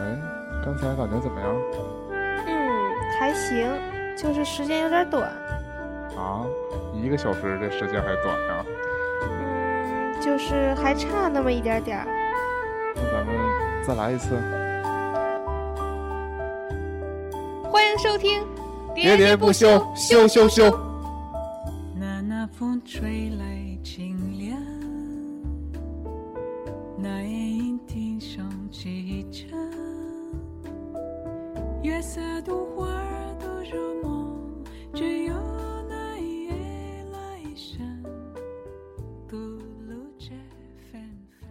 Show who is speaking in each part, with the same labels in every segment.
Speaker 1: 哎，刚才感觉怎么样？
Speaker 2: 嗯，还行，就是时间有点短。
Speaker 1: 啊，一个小时这时间还短啊呀、
Speaker 2: 嗯，就是还差那么一点点儿。
Speaker 1: 那咱们再来一次。
Speaker 3: 欢迎收听《
Speaker 1: 喋喋不休，休休休！
Speaker 4: 那那风吹来清凉，那夜莺啼声齐唱，月色独花儿都入梦，只有那一夜来生，独路这芬芳。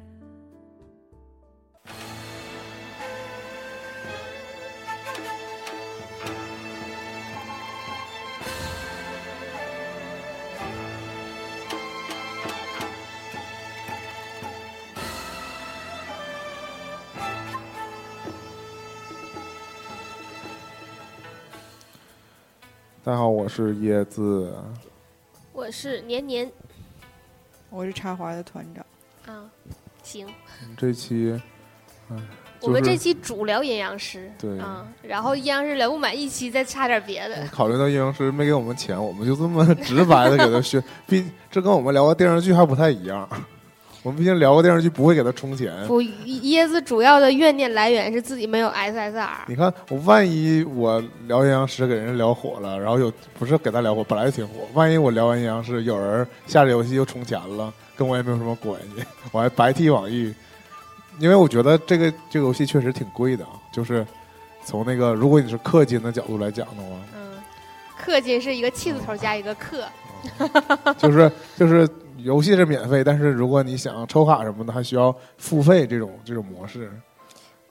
Speaker 1: 大家好，我是椰子。
Speaker 2: 我是年年
Speaker 5: 我是插花的团长，
Speaker 2: 啊，行，
Speaker 1: 这期，哎，
Speaker 2: 我们
Speaker 1: 就是
Speaker 2: 这期主聊阴阳师，
Speaker 1: 对
Speaker 2: 啊，然后阴阳师聊不满一期，再插点别的。
Speaker 1: 考虑到阴阳师没给我们钱，我们就这么直白的给他宣，毕这跟我们聊个电视剧还不太一样。我们毕竟聊个电视剧不会给他充钱。
Speaker 2: 不，椰子主要的怨念来源是自己没有 SSR，
Speaker 1: 你看，我万一我聊阴阳师给人聊火了，然后有不是给他聊火，本来就挺火，万一我聊完阴阳师，有人下这游戏又充钱了，跟我也没有什么关系， 我还白替网易，因为我觉得这个这个游戏确实挺贵的啊，就是从那个如果你是氪金的角度来讲的话，
Speaker 2: 嗯，氪金是一个气字头加一个氪，
Speaker 1: 就是 就是游戏是免费，但是如果你想抽卡什么的，还需要付费这种这种模式。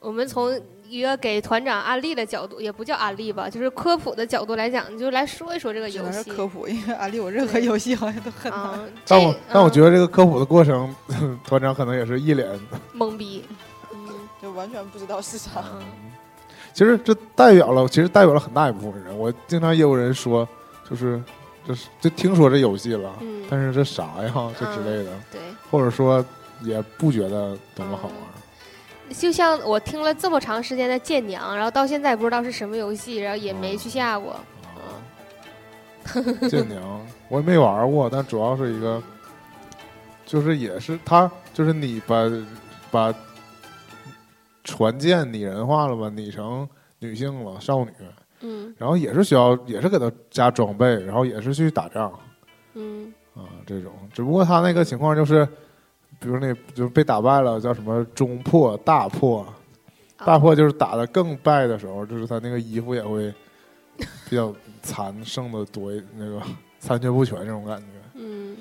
Speaker 2: 我们从一个给团长安利的角度，也不叫安利吧，就是科普的角度来讲，你就来说一说这个
Speaker 5: 只
Speaker 2: 游
Speaker 5: 能是
Speaker 2: 戏。
Speaker 5: 科普，因为安利我任何游戏好像都很难。
Speaker 2: 啊，这
Speaker 1: 但我但我觉
Speaker 2: 得
Speaker 1: 得这个科普的过程， 团长可能也是一脸。
Speaker 2: 懵逼，嗯
Speaker 5: 就完全不知道是啥。
Speaker 2: 嗯
Speaker 1: 其实这代表了，其实代表了很大一部分人。我经常也有人说，就是这是就听说这游戏了，
Speaker 2: 嗯，
Speaker 1: 但是这啥呀，这之类的，
Speaker 2: 对。
Speaker 1: 或者说也不觉得多么好玩。
Speaker 2: 就像我听了这么长时间的《剑娘》，然后到现在不知道是什么游戏，然后也
Speaker 1: 嗯
Speaker 2: 没去下过。
Speaker 1: 啊，剑娘啊我也没玩过，但主要是一个，就是也是他就是你把把船舰拟人化了吧，拟成女性了，少女，
Speaker 2: 嗯
Speaker 1: 然后也是需要也是给他加装备，然后也是去打仗。
Speaker 2: 嗯
Speaker 1: 啊，这种。只不过他那个情况就是，比如那就是被打败了，叫什么中破、大破，
Speaker 2: 啊
Speaker 1: 大破就是打的更败的时候，就是他那个衣服也会 比较残，剩的多一，那个 残缺不全这种感觉。
Speaker 2: 嗯，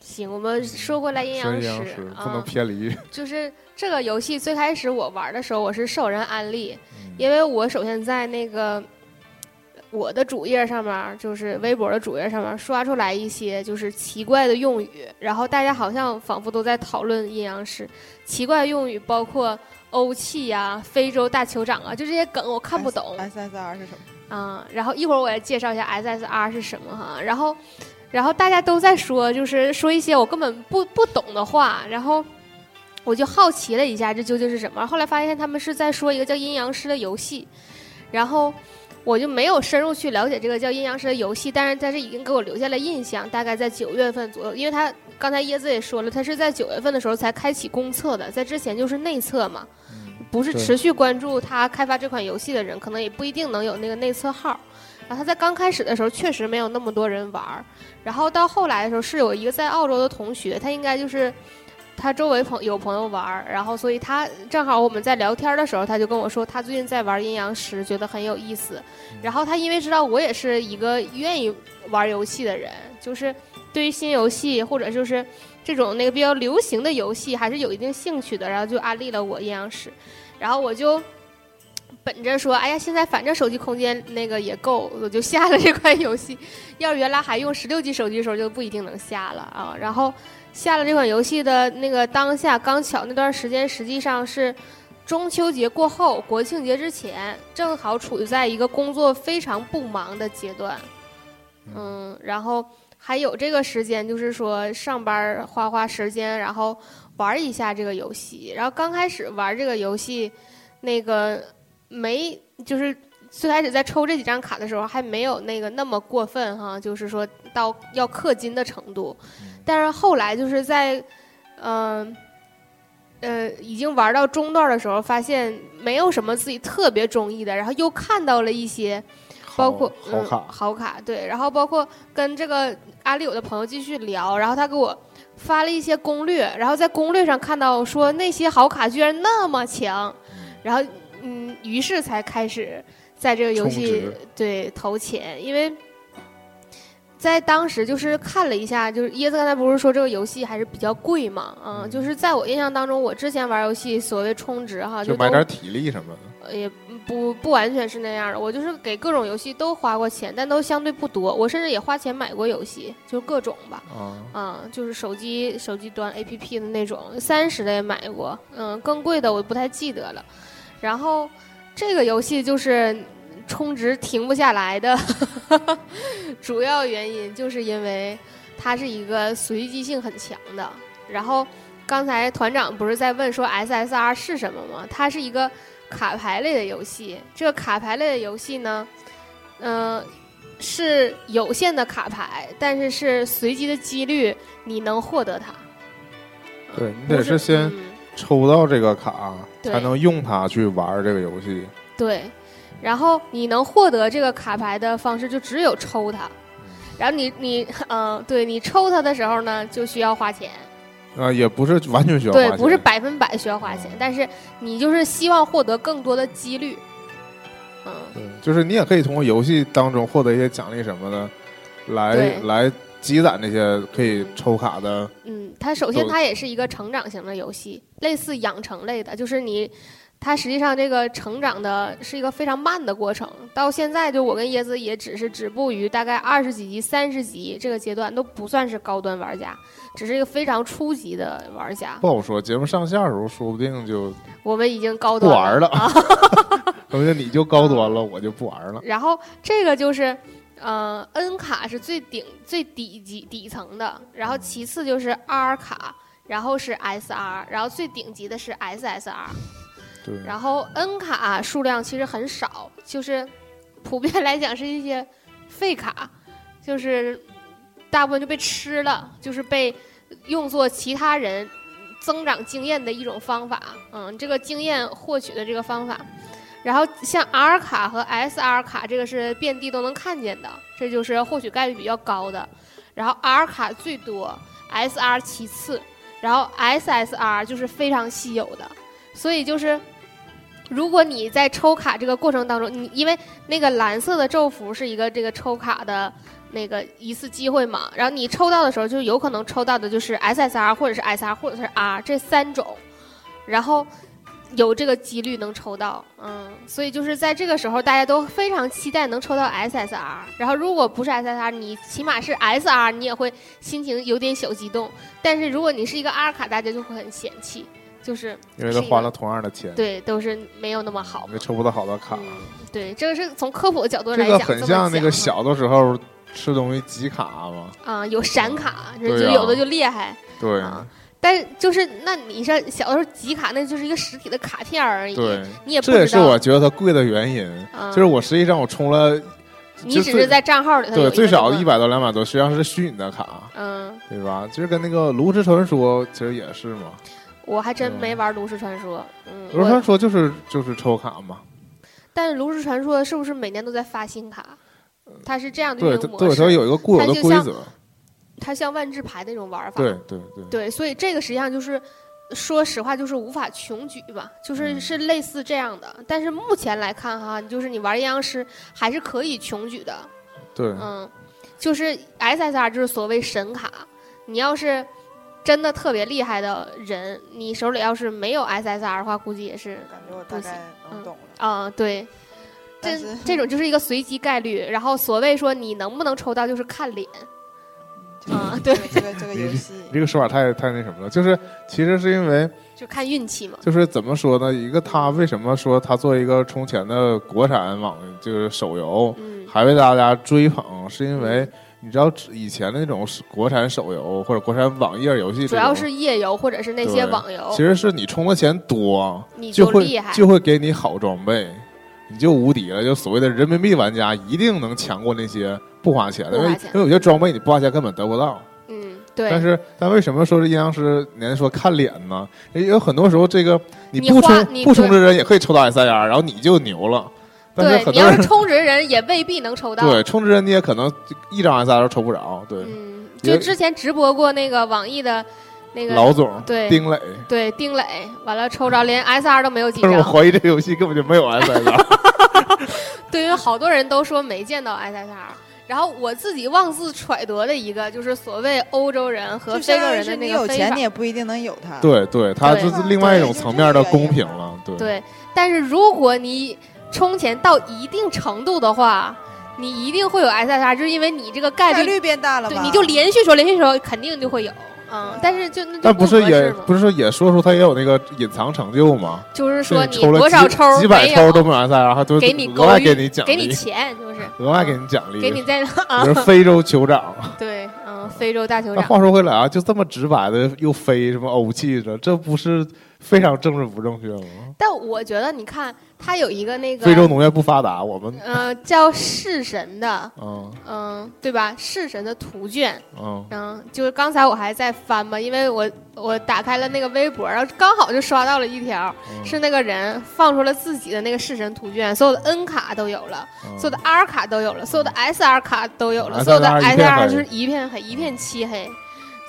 Speaker 2: 行，我们说回来阴
Speaker 1: 是
Speaker 2: 阳
Speaker 1: 阴阳
Speaker 2: 师
Speaker 1: 师不能
Speaker 2: 啊，
Speaker 1: 偏离。
Speaker 2: 就是这个游戏最开始我玩的时候，我是受人安利，
Speaker 1: 嗯
Speaker 2: 因为我首先在那个我的主页上面，就是微博的主页上面刷出来一些就是奇怪的用语，然后大家好像仿佛都在讨论阴阳师。奇怪用语包括欧气呀、非洲大酋长啊，就这些梗我看不懂。
Speaker 5: SSR 是什么？
Speaker 2: 嗯，然后一会儿我也介绍一下 SSR 是什么哈，然后，然后大家都在说，就是说一些我根本不不懂的话，然后我就好奇了一下，这究竟是什么？后来发现他们是在说一个叫阴阳师的游戏，然后我就没有深入去了解这个叫阴阳师的游戏，但是它是已经给我留下了印象，大概在九月份左右，因为它刚才椰子也说了，它是在九月份的时候才开启公测的，在之前就是内测嘛，
Speaker 1: 嗯
Speaker 2: 不是
Speaker 1: 对
Speaker 2: 持续关注他开发这款游戏的人，可能也不一定能有那个内测号。然后他在刚开始的时候确实没有那么多人玩儿，然后到后来的时候是有一个在澳洲的同学，他应该就是他周围朋有朋友玩儿，然后所以他正好我们在聊天的时候，他就跟我说他最近在玩阴阳师，觉得很有意思。然后他因为知道我也是一个愿意玩游戏的人，就是对于新游戏或者就是这种那个比较流行的游戏还是有一定兴趣的，然后就安利了我阴阳师。然后我就本着说，哎呀，现在反正手机空间那个也够，我就下了这款游戏。要是原来还用十六 G 手机的时候，就不一定能下了啊。然后下了这款游戏的那个当下，刚巧那段时间实际上是中秋节过后，国庆节之前，正好处于在一个工作非常不忙的阶段。嗯，然后还有这个时间，就是说上班儿花花时间，然后玩儿一下这个游戏。然后刚开始玩儿这个游戏，那个没就是最开始在抽这几张卡的时候还没有那个那么过分哈，就是说到要氪金的程度，
Speaker 1: 嗯
Speaker 2: 但是后来就是在嗯。呃，已经玩到中段的时候，发现没有什么自己特别中意的，然后又看到了一些，包括
Speaker 1: 好好卡
Speaker 2: 嗯、好卡对，然后包括跟这个阿里有的朋友继续聊，然后他给我发了一些攻略，然后在攻略上看到说那些好卡居然那么强，然后嗯，于是才开始在这个游
Speaker 1: 充
Speaker 2: 戏
Speaker 1: 值
Speaker 2: 对投钱，因为。在当时就是看了一下，就是椰子刚才不是说这个游戏还是比较贵嘛，嗯，
Speaker 1: 嗯
Speaker 2: 就是在我印象当中，我之前玩游戏所谓充值哈，
Speaker 1: 就
Speaker 2: 就
Speaker 1: 买
Speaker 2: 都
Speaker 1: 点体力什么的。
Speaker 2: 呃也不不完全是那样的，我就是给各种游戏都花过钱，但都相对不多，我甚至也花钱买过游戏，就是各种吧，
Speaker 1: 啊，
Speaker 2: 嗯，就是手机手机端 APP 的那种，三十的也买过，嗯，更贵的我不太记得了。然后这个游戏就是充值停不下来的 主要原因，就是因为它是一个随机性很强的。然后刚才团长不是在问说 SSR 是什么吗？它是一个卡牌类的游戏。这个卡牌类的游戏呢，嗯、是有限的卡牌，但是是随机的几率，你能获得它。
Speaker 1: 对你
Speaker 2: 不
Speaker 1: 得是先
Speaker 2: 嗯
Speaker 1: 抽到这个卡，
Speaker 2: 对
Speaker 1: 才能用它去玩这个游戏。
Speaker 2: 对，然后你能获得这个卡牌的方式就只有抽它，
Speaker 1: 嗯
Speaker 2: 然后你你嗯、对你抽它的时候呢，就需要花钱，
Speaker 1: 啊，也不是完全需要花
Speaker 2: 对，
Speaker 1: 钱，嗯
Speaker 2: 不是百分百需要花钱，但是你就是希望获得更多的几率，嗯，
Speaker 1: 对，就是你也可以通过游戏当中获得一些奖励什么的，来
Speaker 2: 对
Speaker 1: 来积攒那些可以抽卡的。
Speaker 2: 嗯，它首先
Speaker 1: 就
Speaker 2: 它也是一个成长型的游戏，类似养成类的，就是你，它实际上这个成长的是一个非常慢的过程。到现在，就我跟椰子也只是止步于大概二十几级、三十级这个阶段，都不算是高端玩家，只是一个非常初级的玩家。
Speaker 1: 不好说，节目上线的时候说不定就
Speaker 2: 我们已经高
Speaker 1: 不
Speaker 2: 端
Speaker 1: 玩了，
Speaker 2: 啊
Speaker 1: 说不定你就高端了，我就不玩了。
Speaker 2: 然后这个就是，呃，N 卡是最顶最底级底层的，然后其次就是 R 卡，然后是 SR，然后最顶级的是 SSR。
Speaker 1: 对，
Speaker 2: 然后 N 卡数量其实很少，就是普遍来讲是一些废卡，就是大部分就被吃了，就是被用作其他人增长经验的一种方法。嗯，这个经验获取的这个方法。然后像 R 卡和 SR 卡，这个是遍地都能看见的，这就是获取概率比较高的。然后 R 卡最多，SR 其次，然后 SSR 就是非常稀有的。所以就是，如果你在抽卡这个过程当中，你因为那个蓝色的咒符是一个这个抽卡的那个一次机会嘛，然后你抽到的时候，就有可能抽到的就是 SSR 或者是 SR 或者是 R 这三种，然后。有这个几率能抽到，嗯，所以就是在这个时候，大家都非常期待能抽到 SSR。然后如果不是 SSR，你起码是 SR，你也会心情有点小激动。但是如果你是一个 R 卡，大家就会很嫌弃，就是
Speaker 1: 因为
Speaker 2: 是
Speaker 1: 他
Speaker 2: 一个
Speaker 1: 花了同样的钱，
Speaker 2: 对，都是没有那么好嘛
Speaker 1: 也。抽不到好的卡。
Speaker 2: 嗯，对，这个是从科普的角度来
Speaker 1: 这个
Speaker 2: 讲，这
Speaker 1: 很
Speaker 2: 么
Speaker 1: 像那
Speaker 2: 讲
Speaker 1: 个
Speaker 2: 哈
Speaker 1: 小的时候吃东西集卡嘛。
Speaker 2: 啊、有闪卡，就
Speaker 1: 对啊
Speaker 2: 就
Speaker 1: 呀
Speaker 2: 有的就厉害。
Speaker 1: 对
Speaker 2: 啊但是就是，那你像小的时候集卡，那就是一个实体的卡片而已，
Speaker 1: 对，
Speaker 2: 你也不知
Speaker 1: 这
Speaker 2: 道。
Speaker 1: 也是我觉得它贵的原因。
Speaker 2: 啊
Speaker 1: 就是我实际上我充了，
Speaker 2: 你
Speaker 1: 就
Speaker 2: 只
Speaker 1: 最
Speaker 2: 是在账号里头有
Speaker 1: 对
Speaker 2: 一个
Speaker 1: 最少
Speaker 2: 这么
Speaker 1: 一百多两百多，实际上是虚拟的卡，
Speaker 2: 嗯，
Speaker 1: 对吧？就是跟那个《炉石传说》其实也是嘛，
Speaker 2: 我还真
Speaker 1: 嗯
Speaker 2: 没玩炉石传说，嗯，
Speaker 1: 《炉石传
Speaker 2: 我
Speaker 1: 说》就是就是抽卡嘛。
Speaker 2: 但是炉石传说是不是每年都在发新卡？它是这样的
Speaker 1: 对
Speaker 2: 运
Speaker 1: 它
Speaker 2: 营
Speaker 1: 对，
Speaker 2: 模
Speaker 1: 它
Speaker 2: 式，
Speaker 1: 有一个固有
Speaker 2: 它
Speaker 1: 的
Speaker 2: 就
Speaker 1: 规
Speaker 2: 像
Speaker 1: 则。
Speaker 2: 它像万智牌那种玩法，
Speaker 1: 对对对，
Speaker 2: 对，所以这个实际上就是，说实话就是无法穷举吧，就是
Speaker 1: 嗯
Speaker 2: 是类似这样的。但是目前来看哈，就是你玩阴阳师还是可以穷举的，
Speaker 1: 对，
Speaker 2: 嗯，就是 SSR 就是所谓神卡，你要是真的特别厉害的人，你手里要是没有 SSR 的话，估计也是，
Speaker 5: 感觉我大概能懂了。
Speaker 2: 啊、对。这
Speaker 5: 但是
Speaker 2: 这种就是一个随机概率，然后所谓说你能不能抽到，就是看脸。啊
Speaker 5: 这个这个这个游戏
Speaker 1: 你，这个说法太太那什么了，就是其实是因为
Speaker 2: 就看运气嘛。
Speaker 1: 就是怎么说呢？一个它为什么说它作为一个充钱的国产网就是手游，
Speaker 2: 嗯，
Speaker 1: 还被大家追捧，是因为你知道以前那种国产手游或者国产网页游戏，
Speaker 2: 主要是页游或者是那些网游，
Speaker 1: 其实是你充的钱多，
Speaker 2: 你
Speaker 1: 就
Speaker 2: 厉害
Speaker 1: 会就会给你好装备，你就无敌了。就所谓的人民币玩家一定能强过那些不花钱的，因为因为有些装备你不花钱根本得不到。
Speaker 2: 嗯，对。
Speaker 1: 但是，但为什么说是阴阳师？人说看脸呢？也有很多时候，这个
Speaker 2: 你
Speaker 1: 不充不充值
Speaker 2: 人
Speaker 1: 人也可以抽到 S I R，然后你就牛了。但是很
Speaker 2: 对，你
Speaker 1: 多
Speaker 2: 要
Speaker 1: 人
Speaker 2: 是充值人也未必能抽到。
Speaker 1: 对，充值人你也可能一张 S R 都抽不着。对，
Speaker 2: 嗯，就之前直播过那个网易的那个
Speaker 1: 老总，嗯
Speaker 2: 对
Speaker 1: 丁磊，
Speaker 2: 对丁磊，完了抽着连 S R 都没有几张。
Speaker 1: 我怀疑这游戏根本就没有 S R。
Speaker 2: 对，因为好多人都说没见到 S S R。然后我自己妄自揣度的一个，就是所谓欧洲人和非洲人的那
Speaker 5: 你
Speaker 2: 个
Speaker 5: 有
Speaker 2: 非
Speaker 5: 钱
Speaker 2: 法
Speaker 5: 你也不一定能有它。
Speaker 1: 对对，它
Speaker 2: 对
Speaker 1: 就是另外一种
Speaker 5: 对
Speaker 1: 层面的公平了。对，
Speaker 2: 对，但是如果你充钱到一定程度的话，你一定会有 SSR，就是因为你这个概
Speaker 5: 概
Speaker 2: 率，
Speaker 5: 率变大了
Speaker 2: 对，
Speaker 5: 吧？
Speaker 2: 你就连续说，连续说，肯定就会有。嗯，但是就那就
Speaker 1: 但不
Speaker 2: 是
Speaker 1: 是也
Speaker 2: 嘛
Speaker 1: 不是说也说出它也有那个隐藏成就吗？
Speaker 2: 就是
Speaker 1: 就
Speaker 2: 说
Speaker 1: 是
Speaker 2: 你
Speaker 1: 抽了
Speaker 2: 多少
Speaker 1: 几
Speaker 2: 抽儿
Speaker 1: 几
Speaker 2: 没
Speaker 1: 百
Speaker 2: 有
Speaker 1: 抽都没有 S R，还都
Speaker 2: 给你
Speaker 1: 额外
Speaker 2: 勾
Speaker 1: 给
Speaker 2: 玉
Speaker 1: 你奖
Speaker 2: 给你
Speaker 1: 励，
Speaker 2: 钱，就是
Speaker 1: 额外给你奖励，
Speaker 2: 给你 在
Speaker 1: 比如
Speaker 2: 啊，
Speaker 1: 非洲 酋长。
Speaker 2: 对，嗯，非洲大酋
Speaker 1: 那
Speaker 2: 长。
Speaker 1: 话说回来啊，就这么直白的又非什么欧气的，这不是非常政治不正确吗？
Speaker 2: 但我觉得你看，他有一个那个
Speaker 1: 非洲农业不发达，我 们
Speaker 2: 呃，叫弑神的，
Speaker 1: 嗯
Speaker 2: 嗯，对吧？弑神的图卷，
Speaker 1: 嗯
Speaker 2: 嗯，就是刚才我还在翻嘛，因为我我打开了那个微博，然后刚好就刷到了一条，
Speaker 1: 嗯
Speaker 2: 是那个人放出了自己的那个弑神图卷，所有的 N 卡都有了，
Speaker 1: 嗯
Speaker 2: 所有的 R 卡都有了，所有的 SR 卡都有了，
Speaker 1: SR
Speaker 2: 所有的
Speaker 1: 一片嗯
Speaker 2: SR
Speaker 1: 黑
Speaker 2: 就是一片黑，一片漆黑。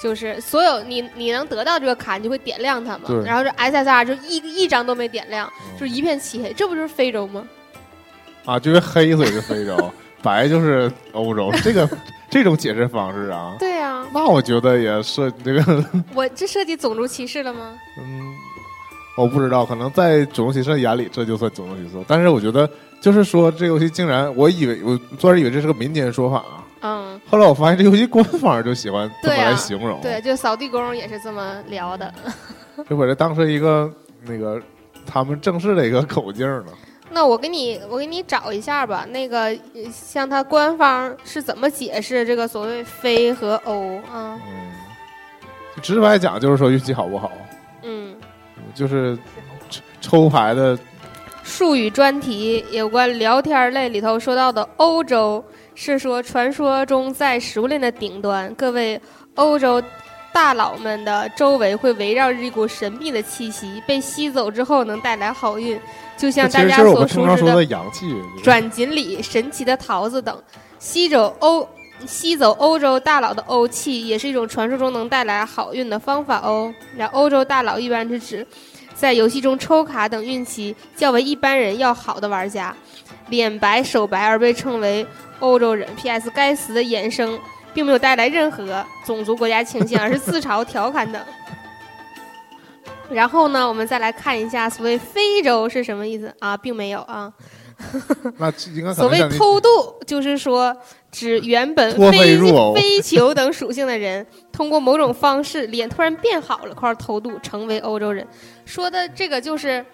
Speaker 2: 就是所有你你能得到这个卡，你就会点亮它嘛
Speaker 1: 对。
Speaker 2: 然后这 SSR 就一一张都没点亮，
Speaker 1: 嗯
Speaker 2: 就是一片漆黑，这不就是非洲吗？
Speaker 1: 啊，就是黑所以是非洲，白就是欧洲，这个这种解释方式 啊，
Speaker 2: 对呀、
Speaker 1: 那我觉得也是这个，
Speaker 2: 我这涉及种族歧视了吗？
Speaker 1: 嗯，我不知道，可能在种族歧视的眼里这就算种族歧视，但是我觉得就是说这游戏竟然，我以为我突然以为这是个民间说法啊，
Speaker 2: 嗯，
Speaker 1: 后来我发现这游戏官方就喜欢这么
Speaker 2: 对啊
Speaker 1: 来形容，
Speaker 2: 对，就扫地工也是这么聊的。
Speaker 1: 就把这当成一个那个他们正式的一个口径了。
Speaker 2: 那我给你，我给你找一下吧。那个，呃像他官方是怎么解释这个所谓“非”和“欧”啊？
Speaker 1: 嗯，就直白讲就是说运气好不好，
Speaker 2: 嗯，
Speaker 1: 就是抽抽牌的
Speaker 2: 术语专题有关聊天类里头说到的欧洲，是说传说中在食物链的顶端，各位欧洲大佬们的周围会围绕着一股神秘的气息，被吸走之后能带来好运，就像
Speaker 1: 其
Speaker 2: 大
Speaker 1: 实
Speaker 2: 家
Speaker 1: 就是我
Speaker 2: 所
Speaker 1: 们平常
Speaker 2: 熟知
Speaker 1: 说
Speaker 2: 的
Speaker 1: 的阳气。就是
Speaker 2: 转锦鲤、神奇的桃子等，吸走欧吸走欧洲大佬的欧气，也是一种传说中能带来好运的方法哦。那欧洲大佬一般是指在游戏中抽卡等运气较为一般人要好的玩家，脸白手白而被称为欧洲人。P.S. 该词的衍生并没有带来任何种族国家倾向，而是自嘲、调侃等。然后呢，我们再来看一下所谓非洲是什么意思啊，并没有啊。
Speaker 1: 那应该可
Speaker 2: 所
Speaker 1: 能
Speaker 2: 谓
Speaker 1: 像你
Speaker 2: 偷渡，就是说指原本
Speaker 1: 脱非
Speaker 2: 非
Speaker 1: 入偶
Speaker 2: 非酋等属性的人，通过某种方式脸突然变好了，块偷渡成为欧洲人。说的这个就是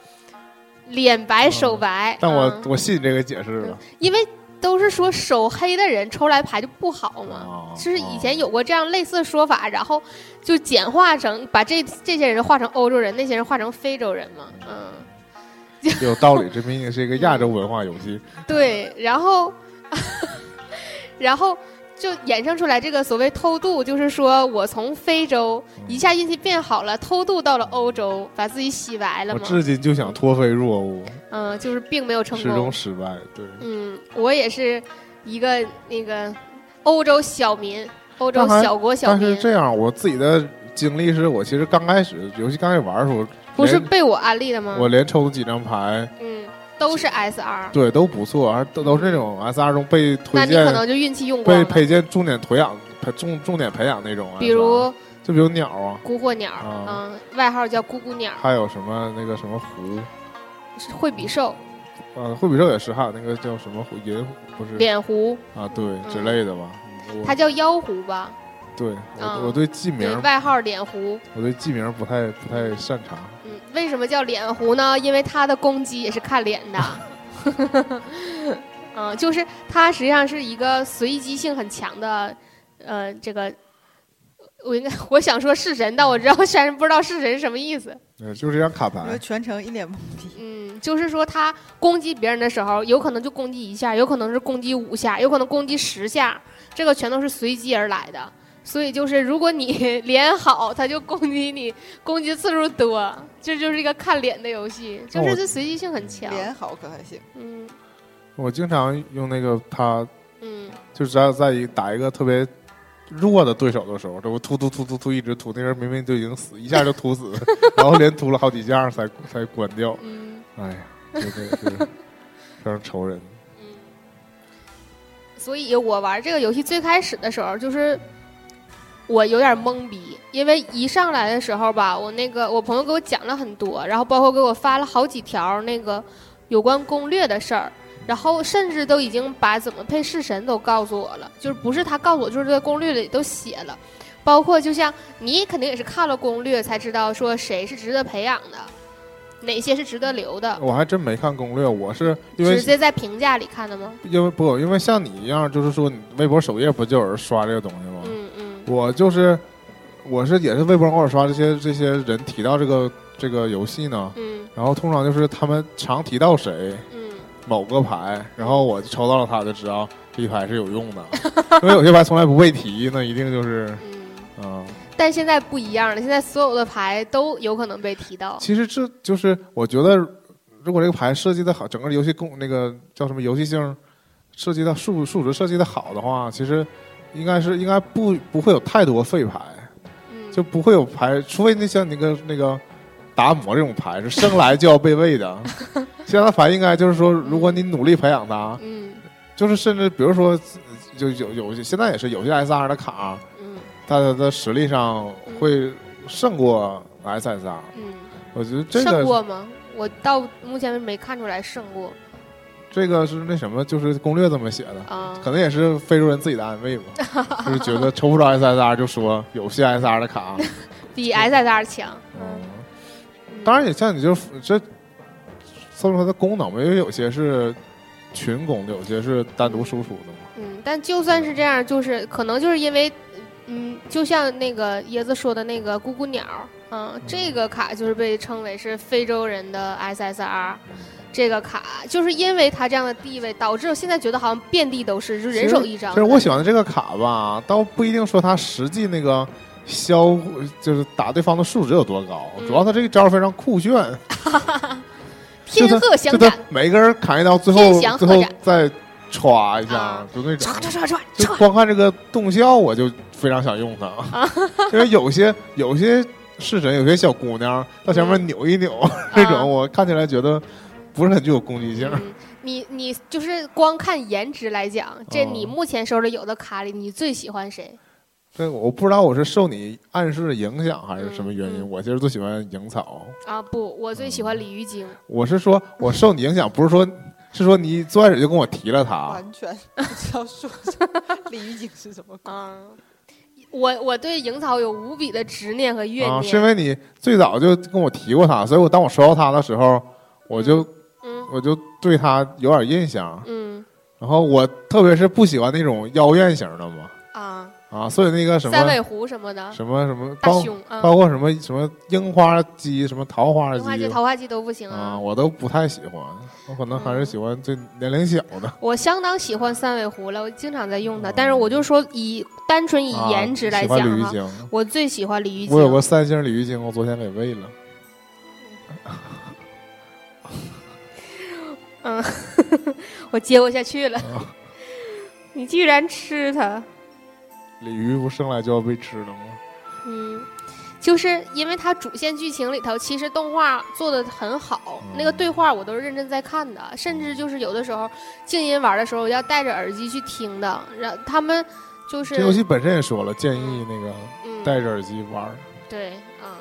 Speaker 2: 脸白手白，
Speaker 1: 哦但我、
Speaker 2: 嗯
Speaker 1: 我信这个解释了。
Speaker 2: 因为都是说手黑的人抽来牌就不好嘛。
Speaker 1: 啊
Speaker 2: 就是以前有过这样类似的说法，然后就简化成把这这些人划成欧洲人，那些人划成非洲人嘛，嗯。
Speaker 1: 有道理，这毕竟是一个亚洲文化游戏。
Speaker 2: 对，然后， 然后就衍生出来这个所谓偷渡，就是说我从非洲
Speaker 1: 嗯
Speaker 2: 一下运气变好了，偷渡到了欧洲，把自己洗白了
Speaker 1: 我
Speaker 2: 嘛。
Speaker 1: 至今就想脱非入欧，
Speaker 2: 嗯，就是并没有成
Speaker 1: 始终
Speaker 2: 功。
Speaker 1: 失败。对，
Speaker 2: 嗯，我也是一个那个欧洲小民，欧洲
Speaker 1: 但还
Speaker 2: 小国小
Speaker 1: 但是
Speaker 2: 民，
Speaker 1: 这样，我自己的经历是我其实刚开始游戏刚开始玩的时候，
Speaker 2: 不是
Speaker 1: 连
Speaker 2: 被我安利的吗？
Speaker 1: 我连抽了几张牌，
Speaker 2: 嗯，都是 SR，
Speaker 1: 对，都不错，而都都是那种啊 S R 中被推
Speaker 2: 那你可
Speaker 1: 荐
Speaker 2: 能就运气用光
Speaker 1: 被
Speaker 2: 了。
Speaker 1: 培建重点培养、培重重点培养那种啊，
Speaker 2: 比
Speaker 1: 是吧
Speaker 2: 如
Speaker 1: 就比如鸟啊，
Speaker 2: 孤惑鸟，
Speaker 1: 啊
Speaker 2: 嗯，外号叫咕咕鸟，
Speaker 1: 还有什么那个什么狐，
Speaker 2: 惠
Speaker 1: 嗯
Speaker 2: 比寿、
Speaker 1: 啊，惠比寿也是，还有那个叫什么狐银狐不是
Speaker 2: 脸狐，
Speaker 1: 啊，对之类的吧。嗯我
Speaker 2: 它叫妖狐吧？
Speaker 1: 对我
Speaker 2: 嗯
Speaker 1: 我对记
Speaker 2: 对，
Speaker 1: 名，
Speaker 2: 外号脸狐。
Speaker 1: 我对记名不太不太擅长。
Speaker 2: 嗯，为什么叫脸狐呢？因为它的攻击也是看脸的。 嗯，就是它实际上是一个随机性很强的呃，这个我应该我想说是神，但我知道山不知道是神是什么意思。
Speaker 1: 呃，就是一张卡牌
Speaker 5: 因为，全程一脸懵逼。
Speaker 2: 嗯，就是说他攻击别人的时候，有可能就攻击一下，有可能是攻击五下，有可能攻击十下，这个全都是随机而来的。所以就是，如果你 脸好，他就攻击你，攻击次数多，这就是一个看脸的游戏，就
Speaker 1: 那我
Speaker 2: 是这随机性很强。
Speaker 5: 脸好可还行，
Speaker 2: 嗯
Speaker 1: 我经常用那个它，
Speaker 2: 嗯，
Speaker 1: 就是在在一打一个特别弱的对手的时候，这不突突突突突一直突，那人明明就已经死，一下就突死， 然后连突了好几下才才关掉。
Speaker 2: 嗯
Speaker 1: 哎呀，这个是非常愁人。
Speaker 2: 嗯。所以我玩这个游戏最开始的时候，就是我有点懵逼，因为一上来的时候吧，我那个我朋友给我讲了很多，然后包括给我发了好几条那个有关攻略的事儿。然后甚至都已经把怎么配式神都告诉我了，就是不是他告诉我，就是这个攻略里都写了，包括就像你肯定也是看了攻略才知道说谁是值得培养的，哪些是值得留的，
Speaker 1: 我还真没看攻略，我是哦因为
Speaker 2: 直接在评价里看的吗？
Speaker 1: 因为不因为像你一样，就是说你微博首页不就有人刷这个东西吗？
Speaker 2: 嗯嗯
Speaker 1: 我就是我是也是微博上偶尔刷这些这些人提到这个这个游戏呢，
Speaker 2: 嗯
Speaker 1: 然后通常就是他们常提到谁
Speaker 2: 嗯
Speaker 1: 某个牌，然后我抽到了它，就知道这一牌是有用的，因为有些牌从来不被提，那一定就是
Speaker 2: 嗯。
Speaker 1: 嗯。
Speaker 2: 但现在不一样了，现在所有的牌都有可能被提到。
Speaker 1: 其实这就是我觉得，如果这个牌设计的好，整个游戏共那个叫什么游戏性设计的数数值设计的好的话，其实应该是应该不不会有太多废牌，
Speaker 2: 嗯，
Speaker 1: 就不会有牌，除非那像那个那个达摩这种牌是生来就要被喂的，其他的牌应该就是说，如果你努力培养它，
Speaker 2: 嗯
Speaker 1: 就是甚至比如说就有有些现在也是有些 SR 的卡，
Speaker 2: 嗯
Speaker 1: 它的实力上会胜过 SSR，
Speaker 2: 嗯，
Speaker 1: 我觉得这个
Speaker 2: 胜过吗？我到目前为止没看出来胜过
Speaker 1: 这个是那什么，就是攻略这么写的，
Speaker 2: 啊。
Speaker 1: 可能也是非洲人自己的安 慰吧，就是觉得抽不着 SSR 就说有 CSR 的 卡，
Speaker 2: 比 SSR 强。
Speaker 1: 嗯，当然也像你就是这，说明它的功能吧，因为有些是群攻的，有些是单独输出的嘛。
Speaker 2: 嗯，但就算是这样，就是可能就是因为，嗯，就像那个椰子说的那个咕咕鸟，嗯，这个卡就是被称为是非洲人的 SSR，这个卡就是因为它这样的地位，导致我现在觉得好像遍地都是，就人手一张
Speaker 1: 其实。我喜欢的这个卡吧，倒不一定说它实际那个消就是打对方的数值有多高，
Speaker 2: 嗯
Speaker 1: 主要它这个招非常酷 炫，就
Speaker 2: 天
Speaker 1: 它
Speaker 2: 鹤
Speaker 1: 就
Speaker 2: 相
Speaker 1: 它
Speaker 2: 斩，
Speaker 1: 每个人砍一刀，最
Speaker 2: 天
Speaker 1: 后
Speaker 2: 翔
Speaker 1: 最
Speaker 2: 合
Speaker 1: 后
Speaker 2: 斩
Speaker 1: 再歘一下
Speaker 2: 啊，
Speaker 1: 就那种
Speaker 2: 唰。唰唰唰
Speaker 1: 就
Speaker 2: 唰，
Speaker 1: 光看这个动效，我就非常想用 它，因为有些有些是人，有些小姑娘到前面扭一扭， 这
Speaker 2: 嗯啊
Speaker 1: 种我看起来觉得不是很具有攻击性。
Speaker 2: 嗯你你就是光看颜值来讲，这
Speaker 1: 哦
Speaker 2: 你目前手里有的卡里，你最喜欢谁？
Speaker 1: 这我不知道我是受你暗示的影响还是什么原
Speaker 2: 嗯
Speaker 1: 因，
Speaker 2: 嗯
Speaker 1: 我其实最喜欢萤草。
Speaker 2: 啊，不，我最喜欢
Speaker 1: 嗯
Speaker 2: 鲤鱼精。
Speaker 1: 我是说我受你影响，不是说是说你最开始就跟我提了
Speaker 2: 啊
Speaker 1: 它，
Speaker 5: 完 全不知道说什么鲤鱼精是什么鬼。
Speaker 2: 嗯，我我对萤草有无比的执念和怨念。
Speaker 1: 啊，是因为你最早就跟我提过它，所以我当我收到它的时候，我就
Speaker 2: 嗯
Speaker 1: 我就对它有点印象。
Speaker 2: 嗯
Speaker 1: 然后我特别是不喜欢那种妖艳型的嘛，
Speaker 2: 啊，
Speaker 1: 啊，所以那个什么
Speaker 2: 三尾狐什么的，
Speaker 1: 什么什么，
Speaker 2: 大
Speaker 1: 包
Speaker 2: 胸啊，
Speaker 1: 包括什么什么樱花鸡、什么桃花
Speaker 2: 樱花
Speaker 1: 鸡
Speaker 2: 季、桃花季都不行
Speaker 1: 啊，。我都不太喜欢，我可能还
Speaker 2: 嗯
Speaker 1: 是喜欢最年龄小的。
Speaker 2: 我相当喜欢三尾狐了，我经常在用它。
Speaker 1: 啊
Speaker 2: 但是我就说以单纯以
Speaker 1: 啊
Speaker 2: 颜值来
Speaker 1: 喜欢
Speaker 2: 讲
Speaker 1: 鲤鱼
Speaker 2: 哈，
Speaker 1: 精，
Speaker 2: 我最喜欢鲤鱼精。
Speaker 1: 我有个三星鲤鱼精，我昨天给喂了。
Speaker 2: 嗯 我接不下去了
Speaker 1: 啊。
Speaker 2: 你居然吃它，
Speaker 1: 鲤鱼不生来就要被吃的吗？
Speaker 2: 嗯。就是因为它主线剧情里头，其实动画做的很好，
Speaker 1: 嗯
Speaker 2: 那个对话我都是认真在看的，甚至就是有的时候静音玩的时候要戴着耳机去听的。然他们就是
Speaker 1: 这游戏本身也说了，建议那个
Speaker 2: 嗯
Speaker 1: 戴着耳机玩儿。
Speaker 2: 对啊、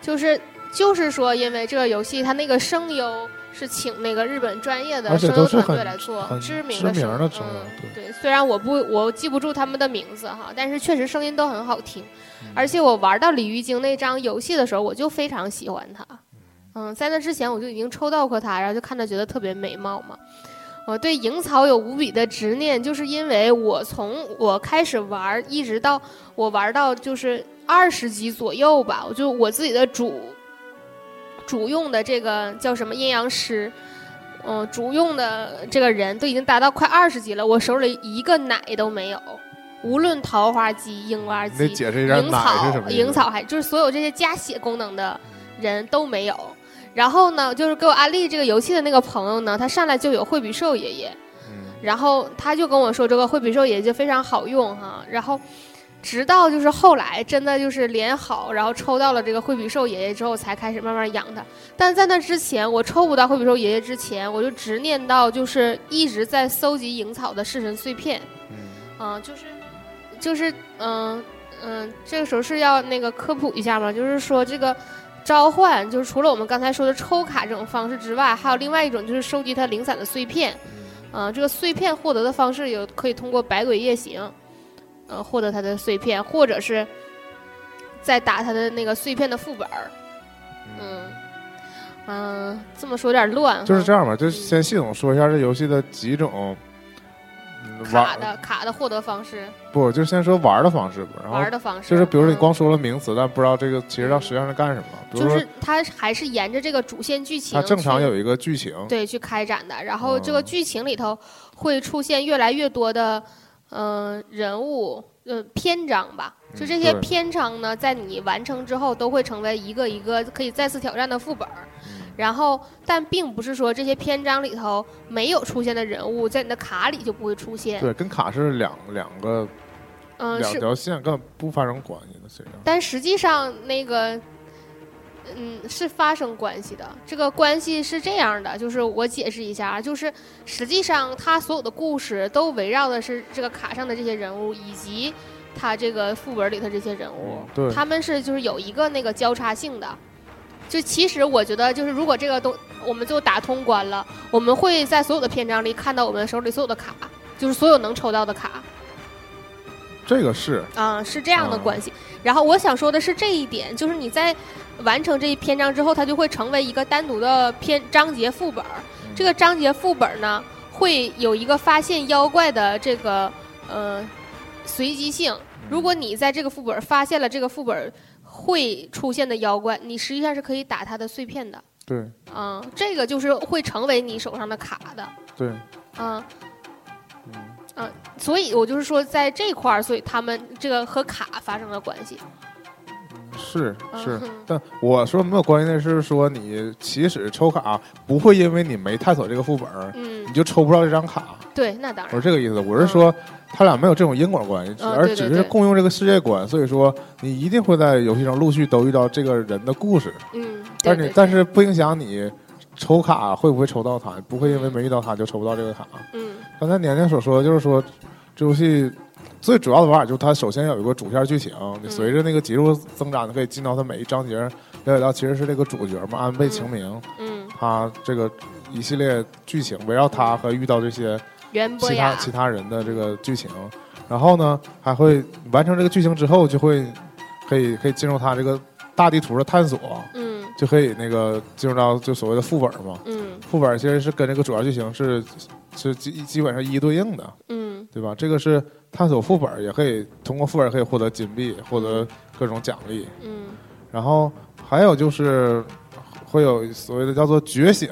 Speaker 2: 就是就是说，因为这个游戏它那个声优是请那个日本专业的
Speaker 1: 而且
Speaker 2: 声
Speaker 1: 都
Speaker 2: 优
Speaker 1: 是
Speaker 2: 团
Speaker 1: 很
Speaker 2: 队来做
Speaker 1: 很
Speaker 2: 知名
Speaker 1: 知
Speaker 2: 的
Speaker 1: 名
Speaker 2: 声
Speaker 1: 的声优
Speaker 2: 嗯对，虽然我不我记不住他们的名字哈，但是确实声音都很好听。
Speaker 1: 嗯
Speaker 2: 而且我玩到鲤鱼精那张游戏的时候，我就非常喜嗯欢它。嗯，在那之前我就已经抽到过它，然后就看着觉得特别美貌嘛。我对萤草有无比的执念，就是因为我从我开始玩儿，一直到我玩儿到就是二十级左右吧，我就我自己的主主用的这个叫什么阴阳师，嗯，主用的这个人都已经达到快二十级了，我手里一个奶都没有，无论桃花姬、樱花
Speaker 1: 你得
Speaker 2: 姬、
Speaker 1: 解释一下
Speaker 2: 萤
Speaker 1: 奶是什
Speaker 2: 草、
Speaker 1: 么意思。
Speaker 2: 萤草还就是所有这些加血功能的人都没有。然后呢，就是给我安利这个游戏的那个朋友呢，他上来就有惠比寿爷爷，
Speaker 1: 嗯，
Speaker 2: 然后他就跟我说这个惠比寿也就非常好用哈，然后直到就是后来真的就是连好，然后抽到了这个惠比寿爷爷之后，才开始慢慢养它。但在那之前，我抽不到惠比寿爷爷之前，我就执念到就是一直在搜集萤草的式神碎片，
Speaker 1: 嗯
Speaker 2: 嗯、就是就是嗯嗯、这个时候是要那个科普一下嘛，就是说这个。召唤就是除了我们刚才说的抽卡这种方式之外，还有另外一种就是收集它零散的碎片。
Speaker 1: 嗯
Speaker 2: 呃，这个碎片获得的方式有可以通过百鬼夜行，呃，获得它的碎片，或者是再打它的那个碎片的副本儿。嗯嗯、这么说有点乱哈。
Speaker 1: 就是这样吧，就是先系统说一下这游戏的几种嗯
Speaker 2: 卡
Speaker 1: 玩，
Speaker 2: 的卡的获得方式，
Speaker 1: 不就先说玩的方式吧。然后
Speaker 2: 玩儿的方式。
Speaker 1: 就是比如说你
Speaker 2: 嗯
Speaker 1: 光说了名词，但不知道这个其实它实际上是干什么。比如
Speaker 2: 就
Speaker 1: 说
Speaker 2: 是它还是沿着这个主线剧情
Speaker 1: 它
Speaker 2: 去，
Speaker 1: 正常有一个剧情，
Speaker 2: 对去开展的。然后这
Speaker 1: 哦
Speaker 2: 个剧情里头会出现越来越多的嗯、呃人物呃篇章吧，就
Speaker 1: 嗯
Speaker 2: 这些
Speaker 1: 对
Speaker 2: 篇章呢，在你完成之后都会成为一个一个可以再次挑战的副本儿。
Speaker 1: 嗯
Speaker 2: 然后，但并不是说这些篇章里头没有出现的人物，在你的卡里就不会出现。
Speaker 1: 对，跟卡是两两个
Speaker 2: 嗯、
Speaker 1: 两
Speaker 2: 是，
Speaker 1: 条线，根本不发生关系的，实际上。
Speaker 2: 但实际上那个。嗯，是发生关系的。这个关系是这样的，就是我解释一下啊，就是实际上他所有的故事都围绕的是这个卡上的这些人物，以及他这个副本里头这些人物。
Speaker 1: 嗯对，
Speaker 2: 他们是就是有一个那个交叉性的。就其实我觉得，就是如果这个东我们就打通关了，我们会在所有的篇章里看到我们手里所有的卡，就是所有能抽到的卡
Speaker 1: 这个是
Speaker 2: 啊、是这样的
Speaker 1: 哦
Speaker 2: 关系。然后我想说的是这一点，就是你在完成这一篇章之后，它就会成为一个单独的篇章节副本儿。这个章节副本儿呢，会有一个发现妖怪的这个呃随机性。
Speaker 1: 嗯
Speaker 2: 如果你在这个副本儿发现了这个副本儿会出现的妖怪，你实际上是可以打它的碎片的。
Speaker 1: 对
Speaker 2: 嗯，这个就是会成为你手上的卡的。
Speaker 1: 对，
Speaker 2: 嗯
Speaker 1: 嗯
Speaker 2: 嗯，所以我就是说，在这块儿，所以他们这个和卡发生了关系。
Speaker 1: 是
Speaker 2: 嗯
Speaker 1: 是。但我说没有关系的是说，你起始抽卡不会因为你没探索这个副本儿，
Speaker 2: 嗯
Speaker 1: 你，就抽不到这张卡。
Speaker 2: 对，那当
Speaker 1: 我是
Speaker 2: 然。
Speaker 1: 这个意思，我是说，他俩没有这种因果关系，
Speaker 2: 嗯
Speaker 1: 而
Speaker 2: 对对
Speaker 1: 只是
Speaker 2: 对
Speaker 1: 共用这个世界观，所以说你一定会在游戏中陆续都遇到这个人的故事，
Speaker 2: 嗯，对
Speaker 1: 但是
Speaker 2: 对
Speaker 1: 你但
Speaker 2: 对
Speaker 1: 是不影响你抽卡会不会抽到他，不会因为没遇到他就抽不到这个卡。
Speaker 2: 嗯
Speaker 1: 刚才年年所说的就是说，这游戏最主要的玩法就是它首先有一个主线剧情，你随着那个集数增长，你可以进到它每一章节，了解到其实是这个主角嘛，安倍晴明，
Speaker 2: 嗯，
Speaker 1: 他这个一系列剧情围绕他和遇到这些
Speaker 2: 袁博
Speaker 1: 其他
Speaker 2: 雅，
Speaker 1: 其他人的这个剧情，然后呢，还会完成这个剧情之后，就会可以可以进入他这个大地图的探索，
Speaker 2: 嗯
Speaker 1: 就可以那个进入到就所谓的副本嘛。
Speaker 2: 嗯
Speaker 1: 副本其实是跟这个主要剧情是是基基本上一一对应的，
Speaker 2: 嗯
Speaker 1: 对吧？这个是探索副本，也可以通过副本可以获得金币，获得各种奖励。
Speaker 2: 嗯
Speaker 1: 然后还有就是会有所谓的叫做觉醒，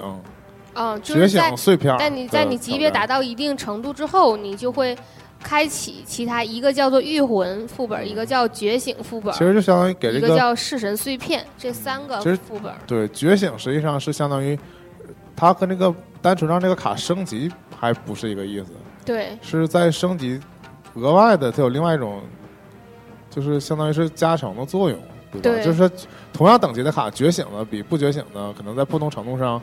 Speaker 2: 嗯，就
Speaker 1: 觉
Speaker 2: 是在
Speaker 1: 醒碎啊片儿的挑战。
Speaker 2: 但你在你级别达到一定程度之后，你就会开启其他一个叫做御魂副本，一个叫觉醒副本，
Speaker 1: 其实就相当于给
Speaker 2: 一
Speaker 1: 这嗯
Speaker 2: 个叫弑神碎片，这三个
Speaker 1: 其实
Speaker 2: 副本。
Speaker 1: 对，觉醒实际上是相当于呃它跟这个单纯让这个卡升级还不是一个意思，
Speaker 2: 对，
Speaker 1: 是在升级额外的，它有另外一种，就是相当于是加成的作用，对吧？
Speaker 2: 对
Speaker 1: 就是说同样等级的卡，觉醒的比不觉醒的可能在不同程度上